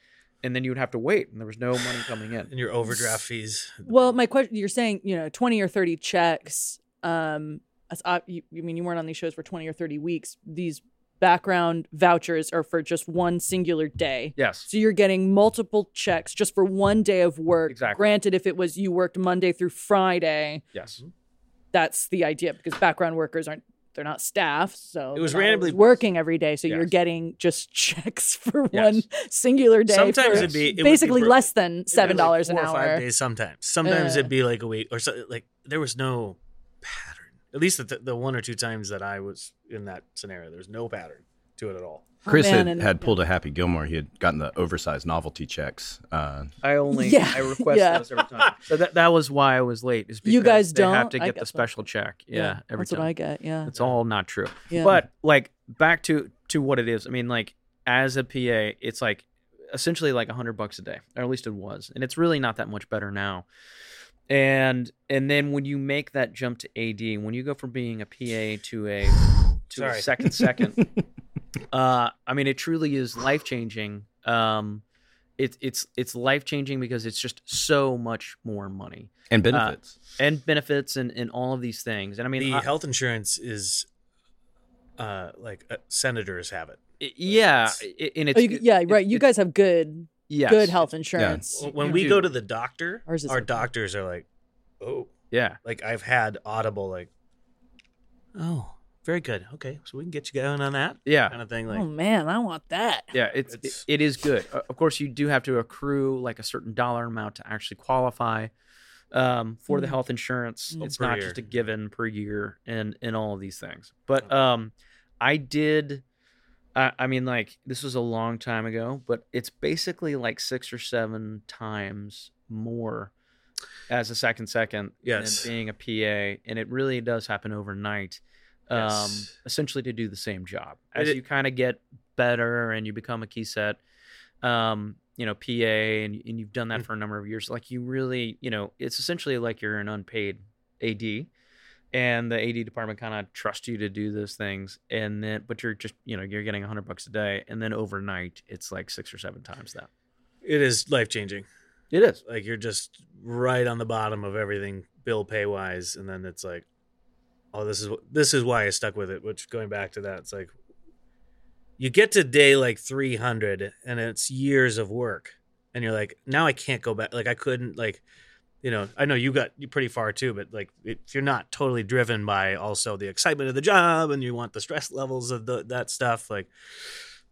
[SPEAKER 5] and then you would have to wait, and there was no money coming in.
[SPEAKER 1] *sighs* and your overdraft fees.
[SPEAKER 2] well, my question, you're saying, you know, 20 or 30 checks. Um, as I, you, you mean you weren't on these shows for 20 or 30 weeks. These background vouchers are for just one singular day.
[SPEAKER 5] Yes.
[SPEAKER 2] So you're getting multiple checks just for one day of work.
[SPEAKER 5] Exactly.
[SPEAKER 2] Granted, if it was you worked Monday through Friday,
[SPEAKER 5] Yes.
[SPEAKER 1] Mm-hmm.
[SPEAKER 2] that's the idea because background workers aren't they're not staff, so
[SPEAKER 1] It was
[SPEAKER 2] they're not
[SPEAKER 1] randomly-
[SPEAKER 2] always working every day. So you're
[SPEAKER 5] Yes.
[SPEAKER 2] getting just *laughs* checks for
[SPEAKER 5] Yes.
[SPEAKER 2] one singular day.
[SPEAKER 1] Sometimes
[SPEAKER 2] for
[SPEAKER 1] it'd be- it would be
[SPEAKER 2] basically
[SPEAKER 1] for-
[SPEAKER 2] less than
[SPEAKER 1] It'd be,
[SPEAKER 2] seven
[SPEAKER 1] like,
[SPEAKER 2] dollars
[SPEAKER 1] four
[SPEAKER 2] an
[SPEAKER 1] Or five
[SPEAKER 2] hour.
[SPEAKER 1] days sometimes. Sometimes
[SPEAKER 2] Uh.
[SPEAKER 1] it'd be like a week or so. Like there was no pattern. At least the, the one or two times that I was in that scenario, there was no pattern to it at all.
[SPEAKER 2] Oh,
[SPEAKER 3] Chris
[SPEAKER 2] man,
[SPEAKER 3] had,
[SPEAKER 2] and-
[SPEAKER 3] had pulled a Happy Gilmore. He had gotten the oversized novelty checks. Uh,
[SPEAKER 5] I only
[SPEAKER 2] Yeah.
[SPEAKER 5] I request
[SPEAKER 2] Yeah.
[SPEAKER 5] those every time. So that, that was why I was late. Is because
[SPEAKER 2] You guys
[SPEAKER 5] they have
[SPEAKER 2] don't?
[SPEAKER 5] to
[SPEAKER 2] I
[SPEAKER 5] get
[SPEAKER 2] get
[SPEAKER 5] the
[SPEAKER 2] that.
[SPEAKER 5] special check. Yeah, every
[SPEAKER 2] that's
[SPEAKER 5] time.
[SPEAKER 2] what I get. Yeah,
[SPEAKER 5] It's all not true.
[SPEAKER 2] yeah.
[SPEAKER 5] But like back to to what it is. I mean, like as a PA, it's like essentially like hundred bucks a day, or at least it was, and it's really not that much better now. And and then when you make that jump to AD, when you go from being a PA to a to a
[SPEAKER 1] Sorry.
[SPEAKER 5] second second, uh, I mean, it truly is life changing. Um, it's it's it's life changing because it's just so much more money
[SPEAKER 3] *laughs* and benefits.
[SPEAKER 5] and benefits and, and all of these things. And I mean,
[SPEAKER 1] the
[SPEAKER 5] I-
[SPEAKER 1] health insurance is uh, like uh, senators have it.
[SPEAKER 5] it- yeah,
[SPEAKER 1] it's-
[SPEAKER 5] it- and it's
[SPEAKER 2] Oh, you- yeah, right. You guys have good
[SPEAKER 5] yes.
[SPEAKER 2] good health insurance.
[SPEAKER 1] Well, when
[SPEAKER 5] You
[SPEAKER 1] we
[SPEAKER 5] do.
[SPEAKER 1] go to the doctor,
[SPEAKER 2] Ours is
[SPEAKER 1] our
[SPEAKER 2] okay.
[SPEAKER 1] doctors are like, "Oh,
[SPEAKER 5] Yeah,
[SPEAKER 1] like I've had audible like, oh, very good, okay, so we can get you going on that
[SPEAKER 5] yeah,
[SPEAKER 1] kind of thing." Like,
[SPEAKER 2] oh man, I
[SPEAKER 1] *laughs*
[SPEAKER 2] want that.
[SPEAKER 5] yeah. It's,
[SPEAKER 1] It's-
[SPEAKER 5] it, it is good. Uh, Of course, you do have to accrue like a certain dollar amount to actually qualify um, for the
[SPEAKER 2] Mm.
[SPEAKER 5] health insurance.
[SPEAKER 2] Mm.
[SPEAKER 5] It's
[SPEAKER 1] Oh, Per
[SPEAKER 5] not
[SPEAKER 1] year.
[SPEAKER 5] just a given per year, and and all of these things. But um, I did. I, I mean, like this was a long time ago, but it's basically like six or seven times more as a second second
[SPEAKER 1] Yes.
[SPEAKER 5] than being a PA, and it really does happen overnight. Um,
[SPEAKER 1] Yes.
[SPEAKER 5] essentially to do the same job as
[SPEAKER 1] It-
[SPEAKER 5] you kind of get better and you become a key set, um, you know, PA, and and you've done that
[SPEAKER 1] Mm.
[SPEAKER 5] for a number of years. Like you really, you know, it's essentially like you're an unpaid AD, and the AD department kind of trusts you to do those things, and then but you're just you know you're getting hundred bucks a day, and then overnight it's like six or seven times that.
[SPEAKER 1] it is life changing.
[SPEAKER 5] It is.
[SPEAKER 1] Like you're just right on the bottom of everything bill pay wise, and then it's like, oh, this is wh- this is why I stuck with it. Which going back to that, it's like you get to day like 300, and it's years of work, and you're like, now I can't go back. Like I couldn't like. You know, I know you got pretty far too, but like if you're not totally driven by also the excitement of the job and you want the stress levels of the, that stuff, like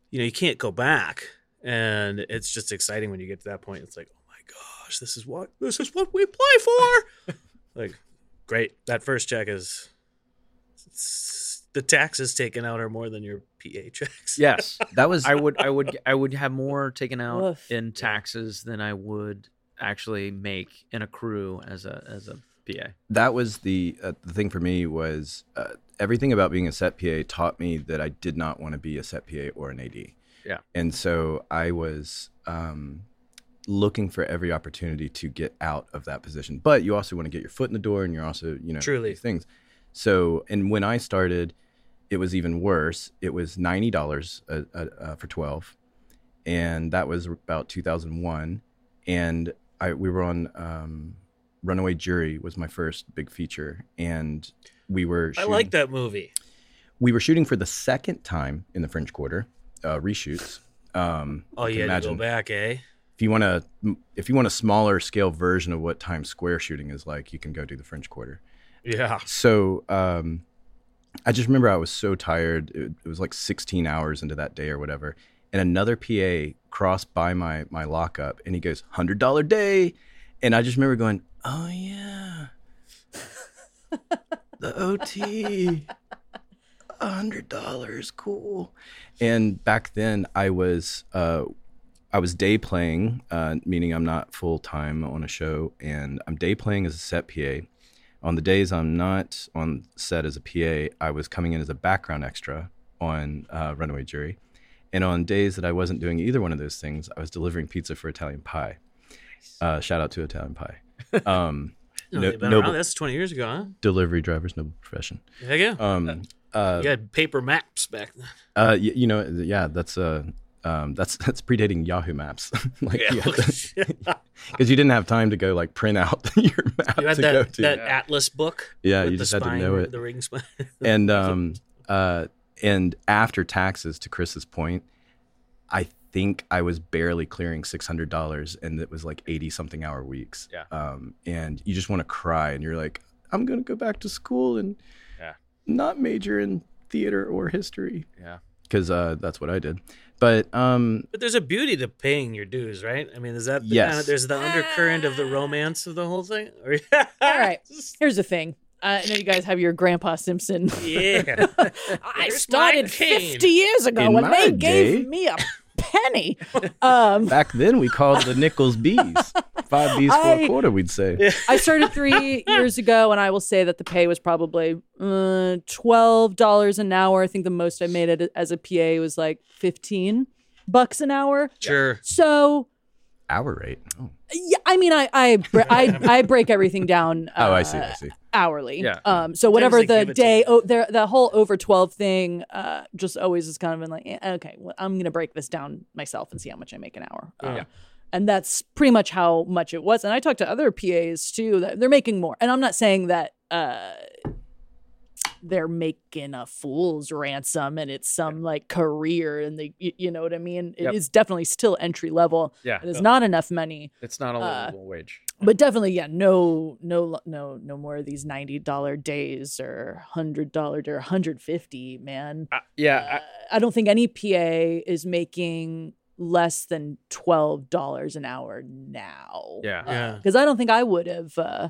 [SPEAKER 1] you know you can't go back and it's just exciting when you get to that point it's like oh my gosh this is what this is what we play
[SPEAKER 3] *laughs*
[SPEAKER 1] for like great that first check is it's- the taxes taken out are more than your pa checks
[SPEAKER 5] Yes.
[SPEAKER 3] That was
[SPEAKER 5] I would I would I would have more taken out
[SPEAKER 2] Woof.
[SPEAKER 5] in taxes than I would actually make and accrue as a as a PA.
[SPEAKER 3] that was the uh, the thing for me was uh, everything about being a set PA taught me that I did not want to be a set PA or an AD.
[SPEAKER 5] Yeah.
[SPEAKER 3] And so I was um, looking for every opportunity to get out of that position. But you also want to get your foot in the door, and you're also you know
[SPEAKER 1] Truly.
[SPEAKER 3] these things. So and when I started, it was even worse. It was ninety dollars uh, uh, uh, for twelve, and that was about two thousand one. And I we were on um, Runaway Jury was my first big feature, and we were
[SPEAKER 1] i
[SPEAKER 3] shooting,
[SPEAKER 1] like that movie
[SPEAKER 3] we were shooting for the second time in the French Quarter uh, reshoots. Um,
[SPEAKER 1] oh
[SPEAKER 3] you can
[SPEAKER 1] yeah
[SPEAKER 3] imagine
[SPEAKER 1] go back eh
[SPEAKER 3] if you want a if you want a smaller scale version of what Times Square shooting is like, you can go do the French Quarter.
[SPEAKER 1] yeah
[SPEAKER 3] So um, I just remember I was so tired. It, it was like 16 hours into that day or whatever. And another PA crossed by my my lockup, and he goes hundred dollar day, and I just remember going, oh yeah, the OT. hundred dollars cool and back then i was uh i was day playing uh meaning i'm not full-time on a show and i'm day playing as a set pa on the days i'm not on set as a pa i was coming in as a background extra on uh, runaway jury and on days that i wasn't doing either one of those things i was delivering pizza for italian pie uh, shout out to italian pie *laughs* um
[SPEAKER 1] no,
[SPEAKER 3] No-
[SPEAKER 1] they've been
[SPEAKER 3] no,
[SPEAKER 1] around.
[SPEAKER 3] but-
[SPEAKER 1] Oh, that's 20 years ago huh
[SPEAKER 3] delivery drivers noble profession
[SPEAKER 1] heck yeah
[SPEAKER 3] um uh,
[SPEAKER 1] you had paper maps back
[SPEAKER 3] *laughs*
[SPEAKER 1] then
[SPEAKER 3] Uh, y- you know, th- yeah, that's uh, um, that's *laughs* that's predating Yahoo Maps, *laughs* like
[SPEAKER 1] yeah.
[SPEAKER 3] because *laughs* you didn't have time to go like print out *laughs* your map
[SPEAKER 1] you had
[SPEAKER 3] to go
[SPEAKER 1] that,
[SPEAKER 3] to.
[SPEAKER 1] that atlas book
[SPEAKER 3] yeah,
[SPEAKER 1] with
[SPEAKER 3] you
[SPEAKER 1] the
[SPEAKER 3] just had
[SPEAKER 1] spine,
[SPEAKER 3] to know it.
[SPEAKER 1] the ring spine
[SPEAKER 3] *laughs*
[SPEAKER 1] *laughs*
[SPEAKER 3] And um, uh, and after taxes, to Chris's point, I think I was barely clearing six hundred dollars, and it was like eighty something hour weeks.
[SPEAKER 5] Yeah.
[SPEAKER 3] Um, and you just want to cry, and you're like, I'm gonna go back to school and
[SPEAKER 5] Yeah.
[SPEAKER 3] not major in theater or history
[SPEAKER 5] Yeah.
[SPEAKER 3] because uh, that's what I did. But um,
[SPEAKER 1] But there's a beauty to paying your dues, right? I mean, is that the
[SPEAKER 3] Yes.
[SPEAKER 1] kind of, there's the undercurrent of the
[SPEAKER 5] Ah.
[SPEAKER 1] romance of the whole thing? *laughs* Or-
[SPEAKER 2] All right. Here's the thing. uh, I know you guys have your Grandpa Simpson. *laughs*
[SPEAKER 1] Yeah.
[SPEAKER 5] *laughs*
[SPEAKER 2] I
[SPEAKER 1] Here's my
[SPEAKER 2] started
[SPEAKER 1] cane.
[SPEAKER 2] 50 years ago
[SPEAKER 3] In
[SPEAKER 2] and
[SPEAKER 3] my
[SPEAKER 2] they
[SPEAKER 3] day.
[SPEAKER 2] gave
[SPEAKER 1] *laughs*
[SPEAKER 2] me a penny. Um,
[SPEAKER 3] Back then, we called the nickels bees. Five bees for a
[SPEAKER 2] I-
[SPEAKER 3] quarter, we'd say.
[SPEAKER 2] I started three years ago, and I will say that the pay was probably uh, twelve dollars an hour. I think the most I made it as a PA was like fifteen bucks an hour.
[SPEAKER 1] sure.
[SPEAKER 2] So
[SPEAKER 3] Hour rate. Oh,
[SPEAKER 2] yeah, I mean, I I br- I, I break everything down.
[SPEAKER 3] oh I see.
[SPEAKER 2] uh,
[SPEAKER 3] I see.
[SPEAKER 2] Hourly.
[SPEAKER 5] Yeah.
[SPEAKER 2] Um. So
[SPEAKER 1] they
[SPEAKER 2] whatever the
[SPEAKER 1] give it to you.
[SPEAKER 2] day, oh, the the whole over twelve thing, uh, just always has kind of been like, eh, okay, well, I'm gonna break this down myself and see how much I make an hour. Um,
[SPEAKER 1] Yeah.
[SPEAKER 2] and that's pretty much how much it was. And I talked to other PAs too that they're making more. And I'm not saying that uh, they're making a fool's ransom and it's some like career and they, you, you know what I mean. It is
[SPEAKER 5] Yep.
[SPEAKER 2] definitely still entry level.
[SPEAKER 5] Yeah.
[SPEAKER 2] It is not enough money,
[SPEAKER 5] It's not a
[SPEAKER 2] Oh. Uh,
[SPEAKER 5] livable wage.
[SPEAKER 2] but definitely, yeah, no, no, no, no more of these ninety dollar days or hundred dollar or hundred fifty. Man,
[SPEAKER 5] I, yeah.
[SPEAKER 2] uh, I don't think any PA is making less than twelve dollars an hour now.
[SPEAKER 5] Yeah.
[SPEAKER 1] Yeah.
[SPEAKER 2] Because I don't think I would have. Uh,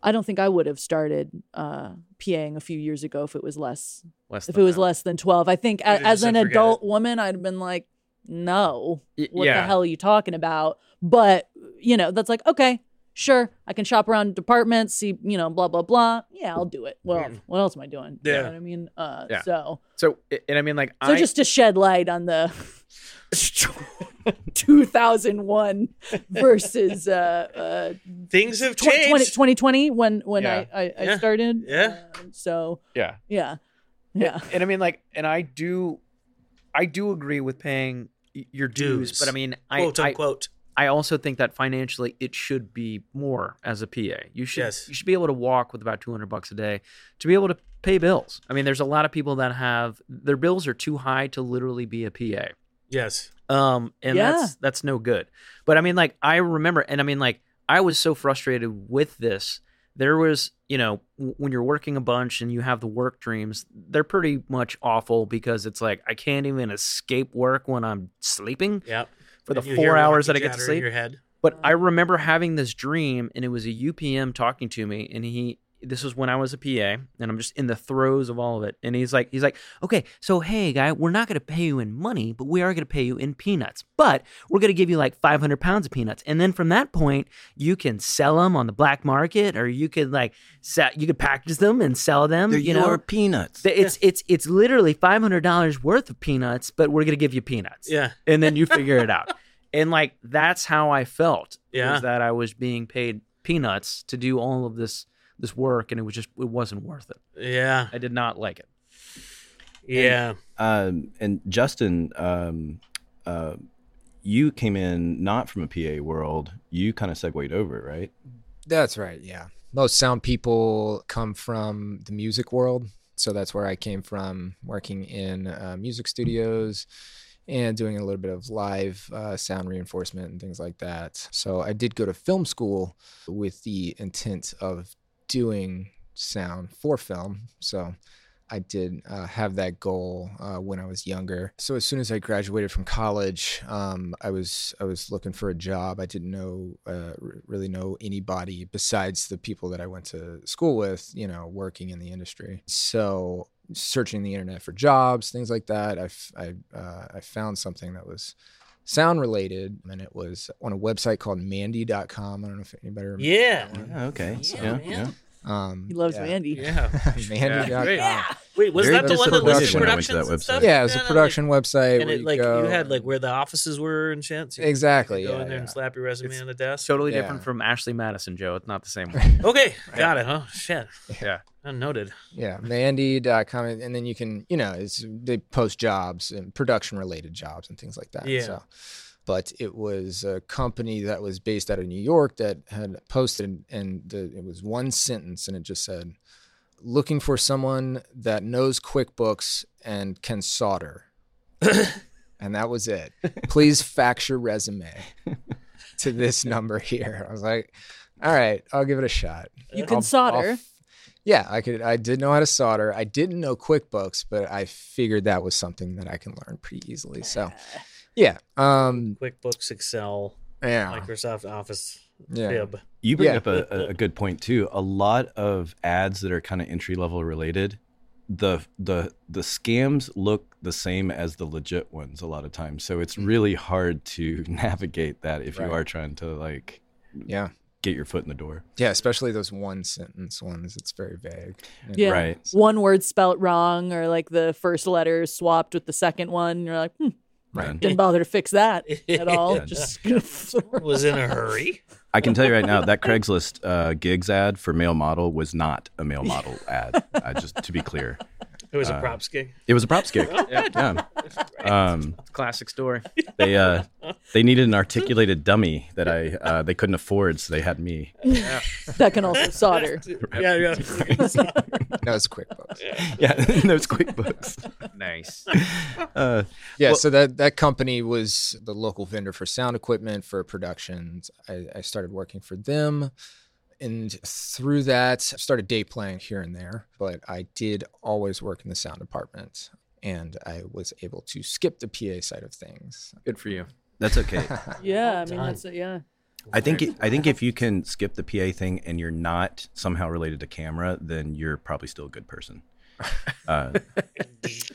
[SPEAKER 2] I don't think I would have started uh, PAing a few years ago if it was less.
[SPEAKER 5] I, less
[SPEAKER 2] If
[SPEAKER 5] than
[SPEAKER 2] it was
[SPEAKER 5] that.
[SPEAKER 2] less than twelve, I think
[SPEAKER 1] You'd
[SPEAKER 2] a,
[SPEAKER 1] have
[SPEAKER 2] as
[SPEAKER 1] said,
[SPEAKER 2] an
[SPEAKER 1] "Forget
[SPEAKER 2] adult woman, I'd have been like, no,
[SPEAKER 5] Y-
[SPEAKER 2] what
[SPEAKER 5] yeah.
[SPEAKER 2] the hell are you talking about? But you know, that's like okay. Sure, I can shop around departments, see, you know, blah blah blah. Yeah, I'll do it. Well,
[SPEAKER 1] Mm.
[SPEAKER 2] what else am I doing? You
[SPEAKER 1] Yeah.
[SPEAKER 2] know what I mean, uh,
[SPEAKER 5] Yeah.
[SPEAKER 2] so
[SPEAKER 5] So a- and I mean like
[SPEAKER 2] so
[SPEAKER 5] I
[SPEAKER 2] just to shed light
[SPEAKER 1] *laughs*
[SPEAKER 2] on the 2001 versus uh, uh,
[SPEAKER 1] Things have
[SPEAKER 2] tw- 20,
[SPEAKER 1] changed.
[SPEAKER 2] 2020 when when
[SPEAKER 5] Yeah.
[SPEAKER 2] I, I, I
[SPEAKER 1] Yeah.
[SPEAKER 2] started.
[SPEAKER 1] Yeah.
[SPEAKER 2] Uh, so
[SPEAKER 5] yeah.
[SPEAKER 2] yeah, yeah.
[SPEAKER 5] And I mean like and I do I do agree with paying y- your dues,
[SPEAKER 1] Dues.
[SPEAKER 5] but I mean I
[SPEAKER 1] Quote
[SPEAKER 5] I,
[SPEAKER 1] unquote.
[SPEAKER 5] I also think that financially it should be more as a PA. You should
[SPEAKER 1] Yes.
[SPEAKER 5] you should be able to walk with about 200 bucks a day to be able to pay bills. I mean, there's a lot of people that have their bills are too high to literally be a PA.
[SPEAKER 1] Yes.
[SPEAKER 5] Um, and
[SPEAKER 2] Yeah.
[SPEAKER 5] that's that's no good. But I mean, like I remember, and I mean, like I was so frustrated with this. There was, you know, w- when you're working a bunch and you have the work dreams, they're pretty much awful because it's like I can't even escape work when I'm sleeping
[SPEAKER 1] Yep.
[SPEAKER 5] for the
[SPEAKER 1] And you
[SPEAKER 5] four
[SPEAKER 1] hear
[SPEAKER 5] hours that I
[SPEAKER 1] Rocky
[SPEAKER 5] get to
[SPEAKER 1] Chatter in
[SPEAKER 5] sleep.
[SPEAKER 1] Your head.
[SPEAKER 5] But I remember having this dream, and it was a UPM talking to me, and he. This was when I was a PA, and I'm just in the throes of all of it. And he's like, he's like, okay, so hey, guy, we're not gonna pay you in money, but we are gonna pay you in peanuts. But we're gonna give you like 500 pounds of peanuts, and then from that point, you can sell them on the black market, or you could like, sell, you could package them and sell them.
[SPEAKER 3] They're
[SPEAKER 5] um, you
[SPEAKER 3] your
[SPEAKER 5] know,
[SPEAKER 3] peanuts.
[SPEAKER 5] Th- it's it's it's literally 500 dollars worth of peanuts, but we're gonna give you peanuts
[SPEAKER 1] Yeah.
[SPEAKER 5] and then you figure
[SPEAKER 2] *laughs*
[SPEAKER 5] it out. And like that's how I felt.
[SPEAKER 1] Yeah.
[SPEAKER 5] Was that I was being paid peanuts to do all of this this work and it was just it wasn't worth it.
[SPEAKER 1] Yeah.
[SPEAKER 5] I did not like it.
[SPEAKER 1] Yeah.
[SPEAKER 3] um, and Justin, um, uh, you came in not from a PA world. You kind of segued over, right?
[SPEAKER 4] That's right. Yeah. Most sound people come from the music world. So that's where I came from, working in uh, music studios and doing a little bit of live uh, sound reinforcement and things like that. So I did go to film school with the intent of doing sound for film. So I did uh, have that goal uh, when I was younger. So as soon as I graduated from college, um, I was I was looking for a job. I didn't know uh, r- really know anybody besides the people that I went to school with. You know, working in the industry. So searching the internet for jobs, things like that. I f- I, uh, I found something that was sound related, and it was on a website called Mandy.com. I don't know if anybody remembers.
[SPEAKER 1] Yeah.
[SPEAKER 4] that one.
[SPEAKER 3] Yeah, okay.
[SPEAKER 1] Yeah,
[SPEAKER 3] Yeah,
[SPEAKER 1] man.
[SPEAKER 3] yeah.
[SPEAKER 4] Um,
[SPEAKER 2] He loves
[SPEAKER 4] yeah.
[SPEAKER 2] Mandy.
[SPEAKER 1] Yeah.
[SPEAKER 4] Mandy.com.
[SPEAKER 1] great.
[SPEAKER 4] Yeah.
[SPEAKER 1] Wait, was
[SPEAKER 3] There
[SPEAKER 1] that the
[SPEAKER 3] is a
[SPEAKER 1] one that listed
[SPEAKER 3] production. I went to
[SPEAKER 1] productions
[SPEAKER 3] that
[SPEAKER 1] and
[SPEAKER 3] website.
[SPEAKER 1] stuff?
[SPEAKER 4] Yeah, it was a
[SPEAKER 1] No, no, like-
[SPEAKER 4] production website.
[SPEAKER 1] and
[SPEAKER 4] where
[SPEAKER 1] it like
[SPEAKER 4] go
[SPEAKER 1] you had like where the offices were and shit. So you
[SPEAKER 4] exactly.
[SPEAKER 1] could go
[SPEAKER 4] yeah,
[SPEAKER 1] in there and
[SPEAKER 4] yeah.
[SPEAKER 1] slap your resume
[SPEAKER 5] It's
[SPEAKER 1] on the desk.
[SPEAKER 5] Totally
[SPEAKER 4] Yeah.
[SPEAKER 5] different from Ashley Madison, Joe. It's not the
[SPEAKER 2] *laughs*
[SPEAKER 5] same one.
[SPEAKER 1] Okay, got it. Oh shit.
[SPEAKER 5] Yeah.
[SPEAKER 1] Unnoted.
[SPEAKER 4] Yeah, Mandy.com, and and then you can, you know, it's, they post jobs and production related jobs and things like that.
[SPEAKER 1] Yeah.
[SPEAKER 4] So, but it was a company that was based out of New York that had posted, and the, it was one sentence, and it just said, "Looking for someone that knows QuickBooks and
[SPEAKER 2] *laughs*
[SPEAKER 4] can solder," and that was it. Please fax your resume to this number here. I was like, "All right, I'll give it a shot."
[SPEAKER 2] You can
[SPEAKER 4] I'll- I'll
[SPEAKER 2] solder.
[SPEAKER 4] f- yeah, I could. I did know how to solder. I didn't know QuickBooks, but I figured that was something that I can learn pretty easily. So, yeah, um,
[SPEAKER 1] QuickBooks, Excel,
[SPEAKER 4] yeah,
[SPEAKER 1] Microsoft Office,
[SPEAKER 4] Ah. yeah,
[SPEAKER 1] Bib.
[SPEAKER 3] You bring
[SPEAKER 4] Yeah.
[SPEAKER 3] up a, a- a good point too. A lot of ads that are kind of entry level related, the the the scams look the same as the legit ones a lot of times. So it's really hard to *laughs* navigate that if
[SPEAKER 4] Right.
[SPEAKER 3] you are trying to like
[SPEAKER 4] yeah,
[SPEAKER 3] get your foot in the door.
[SPEAKER 4] yeah. Especially those one sentence ones. It's very vague. you know?
[SPEAKER 2] Yeah.
[SPEAKER 3] Right.
[SPEAKER 2] One word spelt wrong, or like the first letter swapped with the second one. You're like, hmm,
[SPEAKER 3] Right. *laughs*
[SPEAKER 2] didn't bother to fix that
[SPEAKER 1] *laughs*
[SPEAKER 2] at all.
[SPEAKER 3] Yeah.
[SPEAKER 2] Just gonna *laughs* throw-
[SPEAKER 1] Was in a hurry.
[SPEAKER 3] I can tell you right now that Craigslist uh, gigs ad for male model was not a male model ad. Uh, just to be clear,
[SPEAKER 1] It was a
[SPEAKER 3] Uh,
[SPEAKER 1] props gig.
[SPEAKER 3] it was a props gig. Yeah. Um,
[SPEAKER 5] Classic
[SPEAKER 2] *laughs*
[SPEAKER 5] story.
[SPEAKER 3] they uh, they needed an articulated dummy that I uh, they couldn't afford, so they had me.
[SPEAKER 2] that can also solder.
[SPEAKER 1] Yeah, yeah.
[SPEAKER 4] No, it's QuickBooks. yeah.
[SPEAKER 3] *laughs* Yeah, *laughs* those QuickBooks.
[SPEAKER 5] Nice.
[SPEAKER 3] Uh,
[SPEAKER 4] so that that company was the local vendor for sound equipment for productions. I, I started working for them. And through that, I started day playing here and there, but I did always work in the sound department. And I was able to skip the PA side of things.
[SPEAKER 5] Good for you.
[SPEAKER 3] that's *laughs* okay.
[SPEAKER 2] Yeah, I mean
[SPEAKER 1] Done.
[SPEAKER 2] that's it. Yeah,
[SPEAKER 3] I think it, I think if you can skip the PA thing and you're not somehow related to camera, then you're probably still a good person. *laughs* Uh,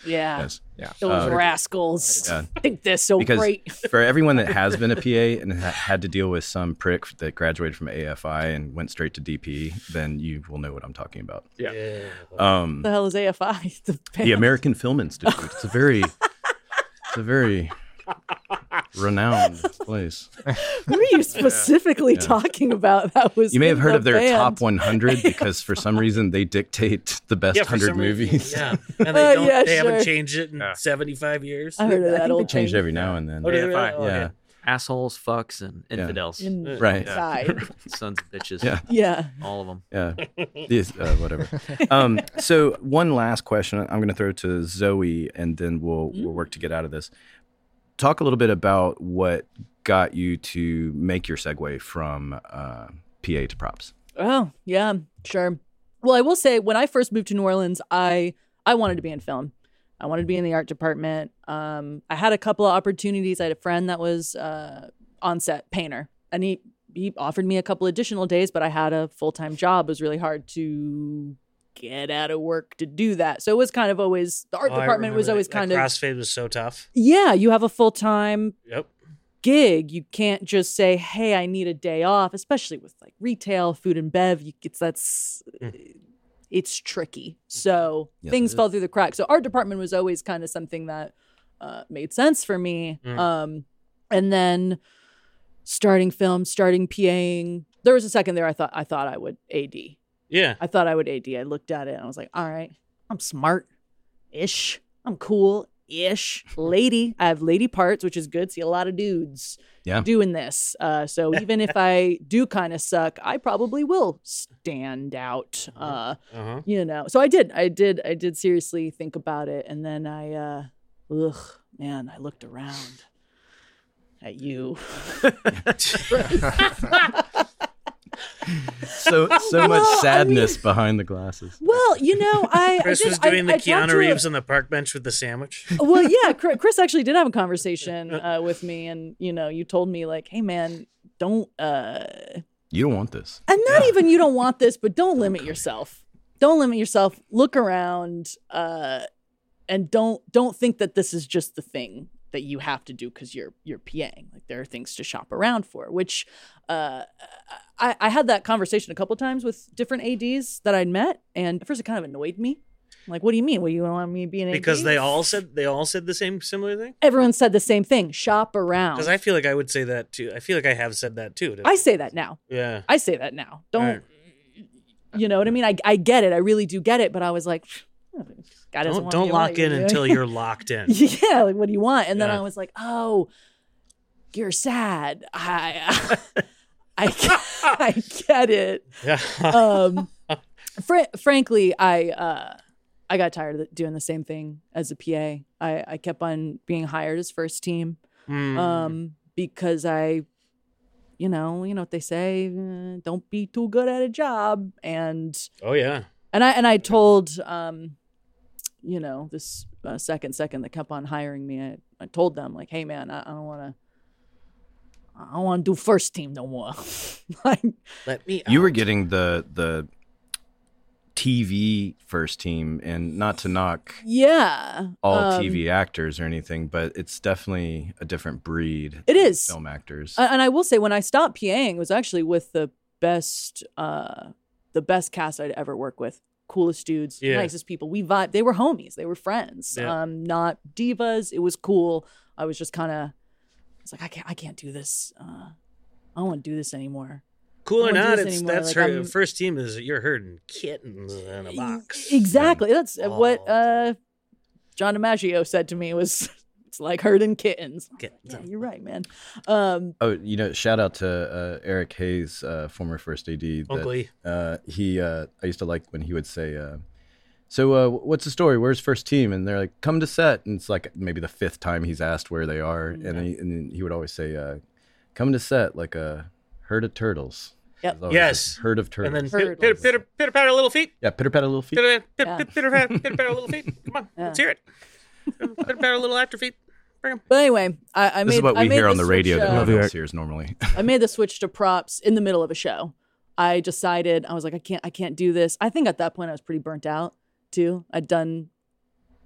[SPEAKER 2] yeah.
[SPEAKER 3] yes.
[SPEAKER 2] Those
[SPEAKER 3] Uh,
[SPEAKER 2] rascals
[SPEAKER 3] Yeah.
[SPEAKER 2] think they're so
[SPEAKER 3] Because-
[SPEAKER 2] great.
[SPEAKER 3] For everyone that has been a PA and ha- had to deal with some prick that graduated from AFI and went straight to DP, then you will know what I'm talking about.
[SPEAKER 5] Yeah.
[SPEAKER 1] Yeah.
[SPEAKER 3] Um, *laughs*
[SPEAKER 2] the hell is AFI? *laughs* The band.
[SPEAKER 3] the American Film Institute. It's a very, it's a very renowned place.
[SPEAKER 2] What
[SPEAKER 3] *laughs*
[SPEAKER 2] are you specifically talking about? That was
[SPEAKER 3] You may
[SPEAKER 2] in
[SPEAKER 3] have heard
[SPEAKER 2] the
[SPEAKER 3] of their
[SPEAKER 2] band.
[SPEAKER 3] top 100 because for some reason they dictate the best
[SPEAKER 1] Yeah, for
[SPEAKER 3] 100
[SPEAKER 1] some reason,
[SPEAKER 3] movies.
[SPEAKER 1] Yeah, and they
[SPEAKER 2] Uh,
[SPEAKER 1] don't.
[SPEAKER 2] yeah,
[SPEAKER 1] they
[SPEAKER 2] sure.
[SPEAKER 1] haven't changed it in
[SPEAKER 5] Yeah.
[SPEAKER 1] seventy-five years.
[SPEAKER 2] I heard of that old
[SPEAKER 3] Changed
[SPEAKER 2] thing.
[SPEAKER 3] every now and then.
[SPEAKER 1] Oh, did they?
[SPEAKER 5] AFI,
[SPEAKER 1] Oh, okay.
[SPEAKER 3] yeah.
[SPEAKER 5] assholes, fucks, and
[SPEAKER 3] Yeah.
[SPEAKER 5] infidels,
[SPEAKER 1] Oh,
[SPEAKER 3] *laughs*
[SPEAKER 2] In-
[SPEAKER 3] Right.
[SPEAKER 1] Yeah.
[SPEAKER 2] Side.
[SPEAKER 5] *laughs* sons of bitches,
[SPEAKER 3] Yeah.
[SPEAKER 2] yeah.
[SPEAKER 5] all of them.
[SPEAKER 2] *laughs*
[SPEAKER 3] Yeah. These- uh, whatever. Um, so one last question I'm going to throw to Zoe, and then we'll
[SPEAKER 2] Mm-hmm.
[SPEAKER 3] we'll work to get out of this. Talk a little bit about what got you to make your segue from uh, PA to props.
[SPEAKER 2] Oh, yeah, sure. Well, I will say when I first moved to New Orleans, I I wanted to be in film. I wanted to be in the art department. Um, I had a couple of opportunities. I had a friend that was uh, on set painter, and he he offered me a couple additional days, but I had a full time job. It was really hard to get out of work to do that. So it was kind of always the art
[SPEAKER 1] Oh, I
[SPEAKER 2] department was
[SPEAKER 1] remember
[SPEAKER 2] always
[SPEAKER 1] that- that
[SPEAKER 2] kind of
[SPEAKER 1] crossfade was so tough.
[SPEAKER 2] yeah. You have a full time
[SPEAKER 1] Yep.
[SPEAKER 2] gig you can't just say hey i need a day off especially with like retail food and bev you, it's that's eh, it's tricky so
[SPEAKER 3] Hmm. Yes,
[SPEAKER 2] things
[SPEAKER 3] it
[SPEAKER 2] fell through the cracks so art department was always kind of something that uh, made sense for me
[SPEAKER 3] Hmm.
[SPEAKER 1] Mm.
[SPEAKER 2] um, and then starting film starting paing there was a second there i thought i thought i would ad
[SPEAKER 1] Yeah.
[SPEAKER 2] I thought I would AD. I looked at it and I was like, all right, I'm smart ish. I'm cool ish. Lady. I have lady parts, which is good. See a lot of dudes
[SPEAKER 3] Yeah.
[SPEAKER 2] doing this. Uh,
[SPEAKER 1] *laughs*
[SPEAKER 2] so even if I do kind of suck, I probably will stand out. Uh,
[SPEAKER 1] Uh huh.
[SPEAKER 2] you know, so I did. I did. I did seriously think about it. And then I, uh, ugh, man, I looked around at
[SPEAKER 1] *laughs*
[SPEAKER 2] you. *laughs*
[SPEAKER 3] So so much
[SPEAKER 2] Well, I
[SPEAKER 3] sadness behind the glasses.
[SPEAKER 2] Well, you know, I.
[SPEAKER 1] Chris
[SPEAKER 2] I did-
[SPEAKER 1] was doing the
[SPEAKER 2] I, I talked
[SPEAKER 1] Keanu
[SPEAKER 2] to a-
[SPEAKER 1] Reeves on the park bench with the sandwich.
[SPEAKER 2] well, yeah, Chri- Chris actually did have a conversation uh, with me, and you know, you told me like, "Hey, man, don't," uh,
[SPEAKER 3] You don't want this.
[SPEAKER 2] and not even you don't want this, but don't limit yourself. Don't limit yourself. Look around, uh, and don't don't think that this is just the thing that you have to do because you're you're PAing. Like there are things to shop around for, which uh, I, I had that conversation a couple times with different ads that I'd met, and at first it kind of annoyed me. I'm like, what do you mean? What do you want me to be an AD?
[SPEAKER 1] Because they all said they all said the same similar thing.
[SPEAKER 2] everyone said the same thing shop around
[SPEAKER 1] Because I feel like I would say that too. I feel like I have said that too.
[SPEAKER 2] I say that now
[SPEAKER 1] yeah.
[SPEAKER 2] i say that now don't
[SPEAKER 1] Right.
[SPEAKER 2] you know what i mean I, I get it i really do get it but i was like God doesn't
[SPEAKER 1] Don't
[SPEAKER 2] want
[SPEAKER 1] don't
[SPEAKER 2] me
[SPEAKER 1] lock
[SPEAKER 2] away.
[SPEAKER 1] in
[SPEAKER 2] *laughs*
[SPEAKER 1] until you're locked in. *laughs*
[SPEAKER 2] yeah like what do you want and then
[SPEAKER 1] Yeah.
[SPEAKER 2] i was like oh you're sad i i, *laughs* I get it
[SPEAKER 1] Yeah.
[SPEAKER 2] um fr- frankly i uh i got tired of doing the same thing as a pa i i kept on being hired as first team
[SPEAKER 1] Mm.
[SPEAKER 2] um, because I, you know, you know what they say, uh, don't be too good at a job, and
[SPEAKER 1] oh yeah.
[SPEAKER 2] and I and I told, um, you know, this uh, second second that kept on hiring me, I, I told them like, hey man, I, I don't want to. I don't want to do first team no more. *laughs* like,
[SPEAKER 1] Let me.
[SPEAKER 3] You were
[SPEAKER 1] out.
[SPEAKER 3] getting the the TV first team, and not to knock
[SPEAKER 2] yeah,
[SPEAKER 3] all
[SPEAKER 2] um,
[SPEAKER 3] TV actors or anything, but it's definitely a different breed.
[SPEAKER 2] It
[SPEAKER 3] than
[SPEAKER 2] is. Uh,
[SPEAKER 3] film actors.
[SPEAKER 2] And, and I will say, when I stopped PAing, it was actually with the best, uh, the best cast I'd ever worked with. Coolest dudes,
[SPEAKER 1] Yeah.
[SPEAKER 2] nicest people. We vibe. They were homies. They were friends.
[SPEAKER 1] Yeah.
[SPEAKER 2] Um, not divas. It was cool. I was just kind of, it's like I can't, I can't do this. Uh, I don't want to do this anymore.
[SPEAKER 1] cool or
[SPEAKER 2] I don't
[SPEAKER 1] not?
[SPEAKER 2] wanna do this
[SPEAKER 1] It's
[SPEAKER 2] anymore,
[SPEAKER 1] that's
[SPEAKER 2] like,
[SPEAKER 1] her
[SPEAKER 2] I'm-
[SPEAKER 1] first team is you're herding kittens in a box.
[SPEAKER 2] E- Exactly. That's
[SPEAKER 1] Oh,
[SPEAKER 2] what uh, John DiMaggio said to me. Was *laughs* it's like herding kittens.
[SPEAKER 1] Kittens.
[SPEAKER 2] Yeah, you're right, man. Um,
[SPEAKER 3] Oh, you know, shout out to uh, Eric Hayes, uh, former first AD. that,
[SPEAKER 1] Uncle E.
[SPEAKER 3] uh, he, uh, I used to like when he would say, uh, "So, uh, what's the story? Where's first team?" And they're like, "Come to set." And it's like maybe the fifth time he's asked where they are,
[SPEAKER 1] Mm,
[SPEAKER 3] and he, and he would always say, uh, "Come to set like a herd of turtles."
[SPEAKER 2] Yep.
[SPEAKER 3] There's always
[SPEAKER 1] Yes.
[SPEAKER 3] a herd of turtles.
[SPEAKER 1] And then
[SPEAKER 2] Turtles.
[SPEAKER 1] pitter pitter pitter, pitter patter little feet.
[SPEAKER 3] yeah, pitter patter little feet.
[SPEAKER 1] Pitter pitter
[SPEAKER 2] Yeah.
[SPEAKER 1] pitter pitter patter pitter patter little feet. Come
[SPEAKER 2] *laughs*
[SPEAKER 1] on, let's hear it. Pitter patter little actor feet. Bring 'em.
[SPEAKER 2] but anyway, I, I made.
[SPEAKER 3] This is what
[SPEAKER 2] I
[SPEAKER 3] we
[SPEAKER 2] made
[SPEAKER 3] hear on the
[SPEAKER 2] switch,
[SPEAKER 3] radio that
[SPEAKER 2] uh,
[SPEAKER 3] no
[SPEAKER 1] Love
[SPEAKER 3] one
[SPEAKER 1] you,
[SPEAKER 3] else
[SPEAKER 1] Eric.
[SPEAKER 3] hears normally. *laughs*
[SPEAKER 2] I made the switch to props in the middle of a show. I decided I was like, I can't, I can't do this. I think at that point I was pretty burnt out too. I'd done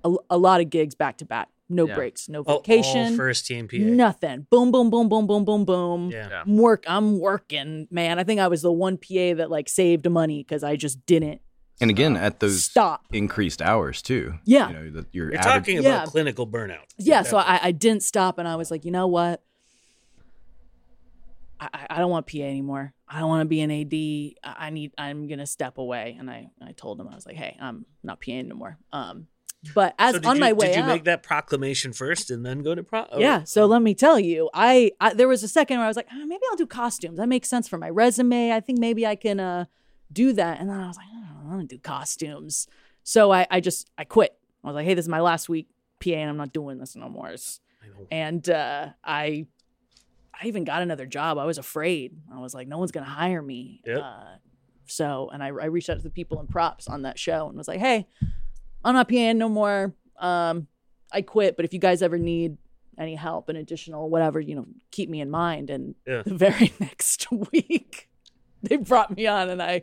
[SPEAKER 2] a, a lot of gigs back to back, no
[SPEAKER 5] Yeah.
[SPEAKER 2] breaks, no
[SPEAKER 1] Oh, all
[SPEAKER 2] vacation,
[SPEAKER 1] first team PA.
[SPEAKER 2] nothing. Boom, boom, boom, boom, boom, boom, boom.
[SPEAKER 1] Yeah.
[SPEAKER 5] Yeah.
[SPEAKER 2] I'm work, I'm working, man. I think I was the one PA that like saved money because I just didn't
[SPEAKER 3] And again, at those
[SPEAKER 2] stop.
[SPEAKER 3] increased hours too.
[SPEAKER 2] Yeah.
[SPEAKER 3] you know, that your
[SPEAKER 1] You're
[SPEAKER 3] average-
[SPEAKER 1] talking
[SPEAKER 2] Yeah.
[SPEAKER 1] about clinical burnout.
[SPEAKER 2] yeah so I, I didn't stop and i was like you know what i, I- I don't want pa anymore i don't want to be an ad I, I need i'm gonna step away and i i told him i was like hey i'm not pa anymore um But as
[SPEAKER 1] So did
[SPEAKER 2] on
[SPEAKER 1] you-
[SPEAKER 2] my way
[SPEAKER 1] did you
[SPEAKER 2] out,
[SPEAKER 1] make that proclamation first and then go to pro? or- oh,
[SPEAKER 2] yeah. So let me tell you, I, I there was a second where I was like, "Ah, maybe I'll do costumes. That makes sense for my resume. I think maybe I can uh, do that. And then I was like, I don't want to do costumes. So I, I just I quit. I was like, hey, this is my last week PA, and I'm not doing this no more. It's-
[SPEAKER 1] I don't-
[SPEAKER 2] And uh, I I even got another job. I was afraid. I was like, no one's gonna hire me.
[SPEAKER 1] Yep.
[SPEAKER 2] Uh, so and I, I reached out to the people in props on that show and was like, hey, I'm not PAing no more. Um, I quit. But if you guys ever need any help, an additional whatever, you know, keep me in mind. And
[SPEAKER 1] Yeah.
[SPEAKER 2] the *laughs* very next week, they brought me on, and I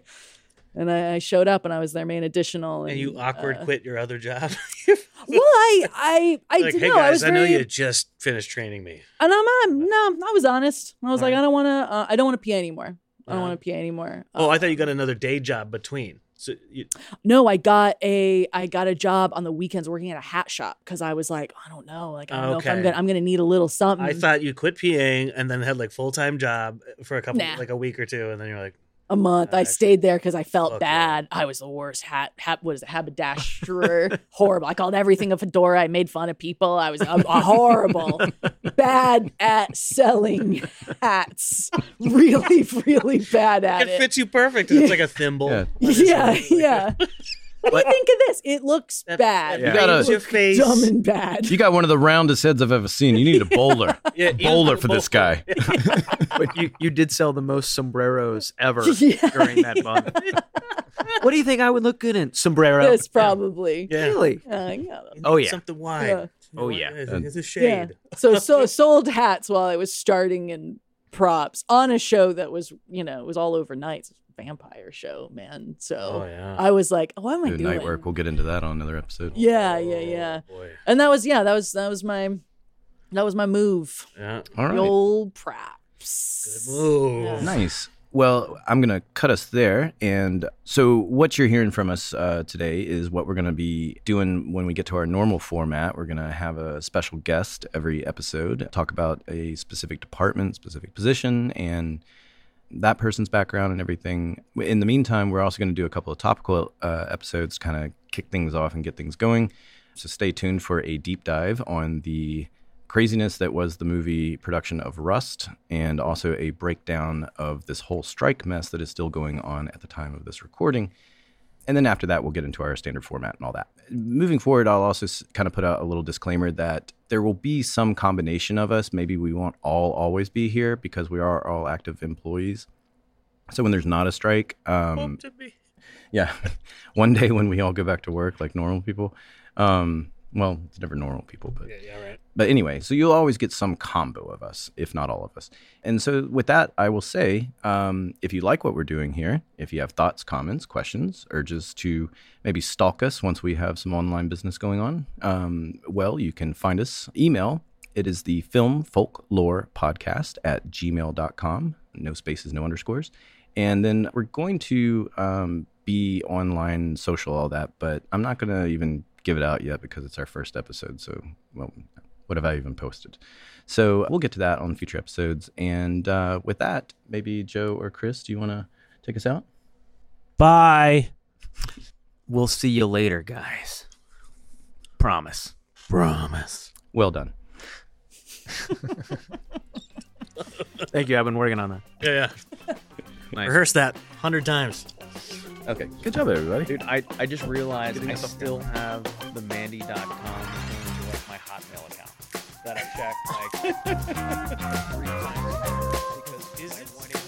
[SPEAKER 2] and I, I showed up, and I was their main additional. And,
[SPEAKER 1] And you awkward
[SPEAKER 2] uh,
[SPEAKER 1] quit your other job.
[SPEAKER 2] Well, I I
[SPEAKER 1] *laughs*
[SPEAKER 2] I
[SPEAKER 1] like,
[SPEAKER 2] didn't
[SPEAKER 1] hey
[SPEAKER 2] know. I
[SPEAKER 1] guys,
[SPEAKER 2] was
[SPEAKER 1] I, know
[SPEAKER 2] very-
[SPEAKER 1] you just finished training me.
[SPEAKER 2] and I'm, I'm no, I was honest. I was
[SPEAKER 1] All
[SPEAKER 2] like,
[SPEAKER 1] right.
[SPEAKER 2] I don't want to. Uh, I don't want to PA anymore. I don't
[SPEAKER 1] Uh-huh.
[SPEAKER 2] want to PA anymore.
[SPEAKER 1] Oh, I
[SPEAKER 2] Um,
[SPEAKER 1] thought you got another day job between. So you,
[SPEAKER 2] No, I got a I got a job on the weekends working at a hat shop because I was like, I don't know, like I don't know if
[SPEAKER 1] Okay.
[SPEAKER 2] I'm gonna I'm gonna need a little something.
[SPEAKER 1] I thought you quit PAing and then had like full time job for a couple,
[SPEAKER 2] Nah.
[SPEAKER 1] like a week or two, and then you're like,
[SPEAKER 2] a month.
[SPEAKER 1] Uh,
[SPEAKER 2] I stayed there because I felt
[SPEAKER 1] fuck
[SPEAKER 2] bad. I was the worst hat hat what is it haberdasher *laughs* horrible. I called everything a fedora. I made fun of people. I was a, a
[SPEAKER 1] *laughs*
[SPEAKER 2] horrible, bad at selling hats. Really, really bad at
[SPEAKER 1] it
[SPEAKER 2] it.
[SPEAKER 1] fits you perfect. And it's like a thimble.
[SPEAKER 3] Yeah.
[SPEAKER 2] *laughs* yeah, yeah. What do you think of this? It looks
[SPEAKER 1] That-
[SPEAKER 2] bad.
[SPEAKER 1] that
[SPEAKER 3] You gotta-
[SPEAKER 1] fades your
[SPEAKER 2] Look
[SPEAKER 1] face.
[SPEAKER 2] Dumb and bad.
[SPEAKER 1] *laughs*
[SPEAKER 3] You got one of the roundest heads I've ever seen. You need
[SPEAKER 2] *laughs*
[SPEAKER 3] a bowler.
[SPEAKER 1] Yeah,
[SPEAKER 3] bowler for this guy.
[SPEAKER 5] but you, you did sell the most sombreros ever
[SPEAKER 2] *laughs* Yeah,
[SPEAKER 5] during that month.
[SPEAKER 2] *laughs*
[SPEAKER 5] what do you think I would look good in? Sombrero.
[SPEAKER 2] Yes, probably.
[SPEAKER 1] Yeah.
[SPEAKER 5] Really?
[SPEAKER 2] Uh, yeah.
[SPEAKER 5] Oh, yeah.
[SPEAKER 1] Something wide.
[SPEAKER 2] Yeah.
[SPEAKER 5] Oh, yeah.
[SPEAKER 1] It's a
[SPEAKER 2] Yeah.
[SPEAKER 1] shade.
[SPEAKER 2] So so *laughs* sold hats while I was starting in props on a show that was you know it was all overnight. It's a vampire show, man. So
[SPEAKER 1] Oh yeah.
[SPEAKER 2] I was like, oh, what am I
[SPEAKER 3] Dude,
[SPEAKER 2] doing?
[SPEAKER 3] night work. We'll get into that on another episode.
[SPEAKER 2] Uh, Yeah, yeah,
[SPEAKER 1] Oh,
[SPEAKER 2] yeah.
[SPEAKER 1] Boy.
[SPEAKER 2] And that was yeah, that was that was my that was my move.
[SPEAKER 1] Yeah.
[SPEAKER 3] All right.
[SPEAKER 2] The old props.
[SPEAKER 1] Good move.
[SPEAKER 2] Yeah.
[SPEAKER 3] Nice. Well, I'm going to cut us there. And so, what you're hearing from us uh, today is what we're going to be doing when we get to our normal format. We're going to have a special guest every episode, talk about a specific department, specific position, and that person's background and everything. In the meantime, we're also going to do a couple of topical uh, episodes, kind of kick things off and get things going. So, stay tuned for a deep dive on the craziness that was the movie production of Rust, and also a breakdown of this whole strike mess that is still going on at the time of this recording. And then after that, we'll get into our standard format and all that. Moving forward, I'll also s- kind of put out a little disclaimer that there will be some combination of us. Maybe we won't all always be here because we are all active employees. So when there's not a strike, um,
[SPEAKER 1] Hope to be-
[SPEAKER 3] yeah. *laughs* One day when we all go back to work like normal people. Um, well, it's never normal people, but
[SPEAKER 1] Yeah, yeah, right.
[SPEAKER 3] but anyway, so you'll always get some combo of us, if not all of us. And so, with that, I will say um, if you like what we're doing here, if you have thoughts, comments, questions, urges to maybe stalk us once we have some online business going on, um, well, you can find us email. It is the film folklore podcast at gmail.com. No spaces, no underscores. And then we're going to um, be online, social, all that, but I'm not going to even give it out yet because it's our first episode. So, well, what have I even posted? So we'll get to that on future episodes. And uh, with that, maybe Joe or Chris, do you want to take us out?
[SPEAKER 5] Bye. We'll see you later, guys. Promise.
[SPEAKER 1] Promise.
[SPEAKER 3] Well done.
[SPEAKER 5] Thank you. I've been working on that.
[SPEAKER 1] Yeah, yeah.
[SPEAKER 5] *laughs* Nice.
[SPEAKER 1] Rehearse that hundred times.
[SPEAKER 3] Okay. Good job, everybody.
[SPEAKER 5] Dude, I, I just realized I still have the Mandy.com link to like my Hotmail account *laughs* that I checked like three times because I wanted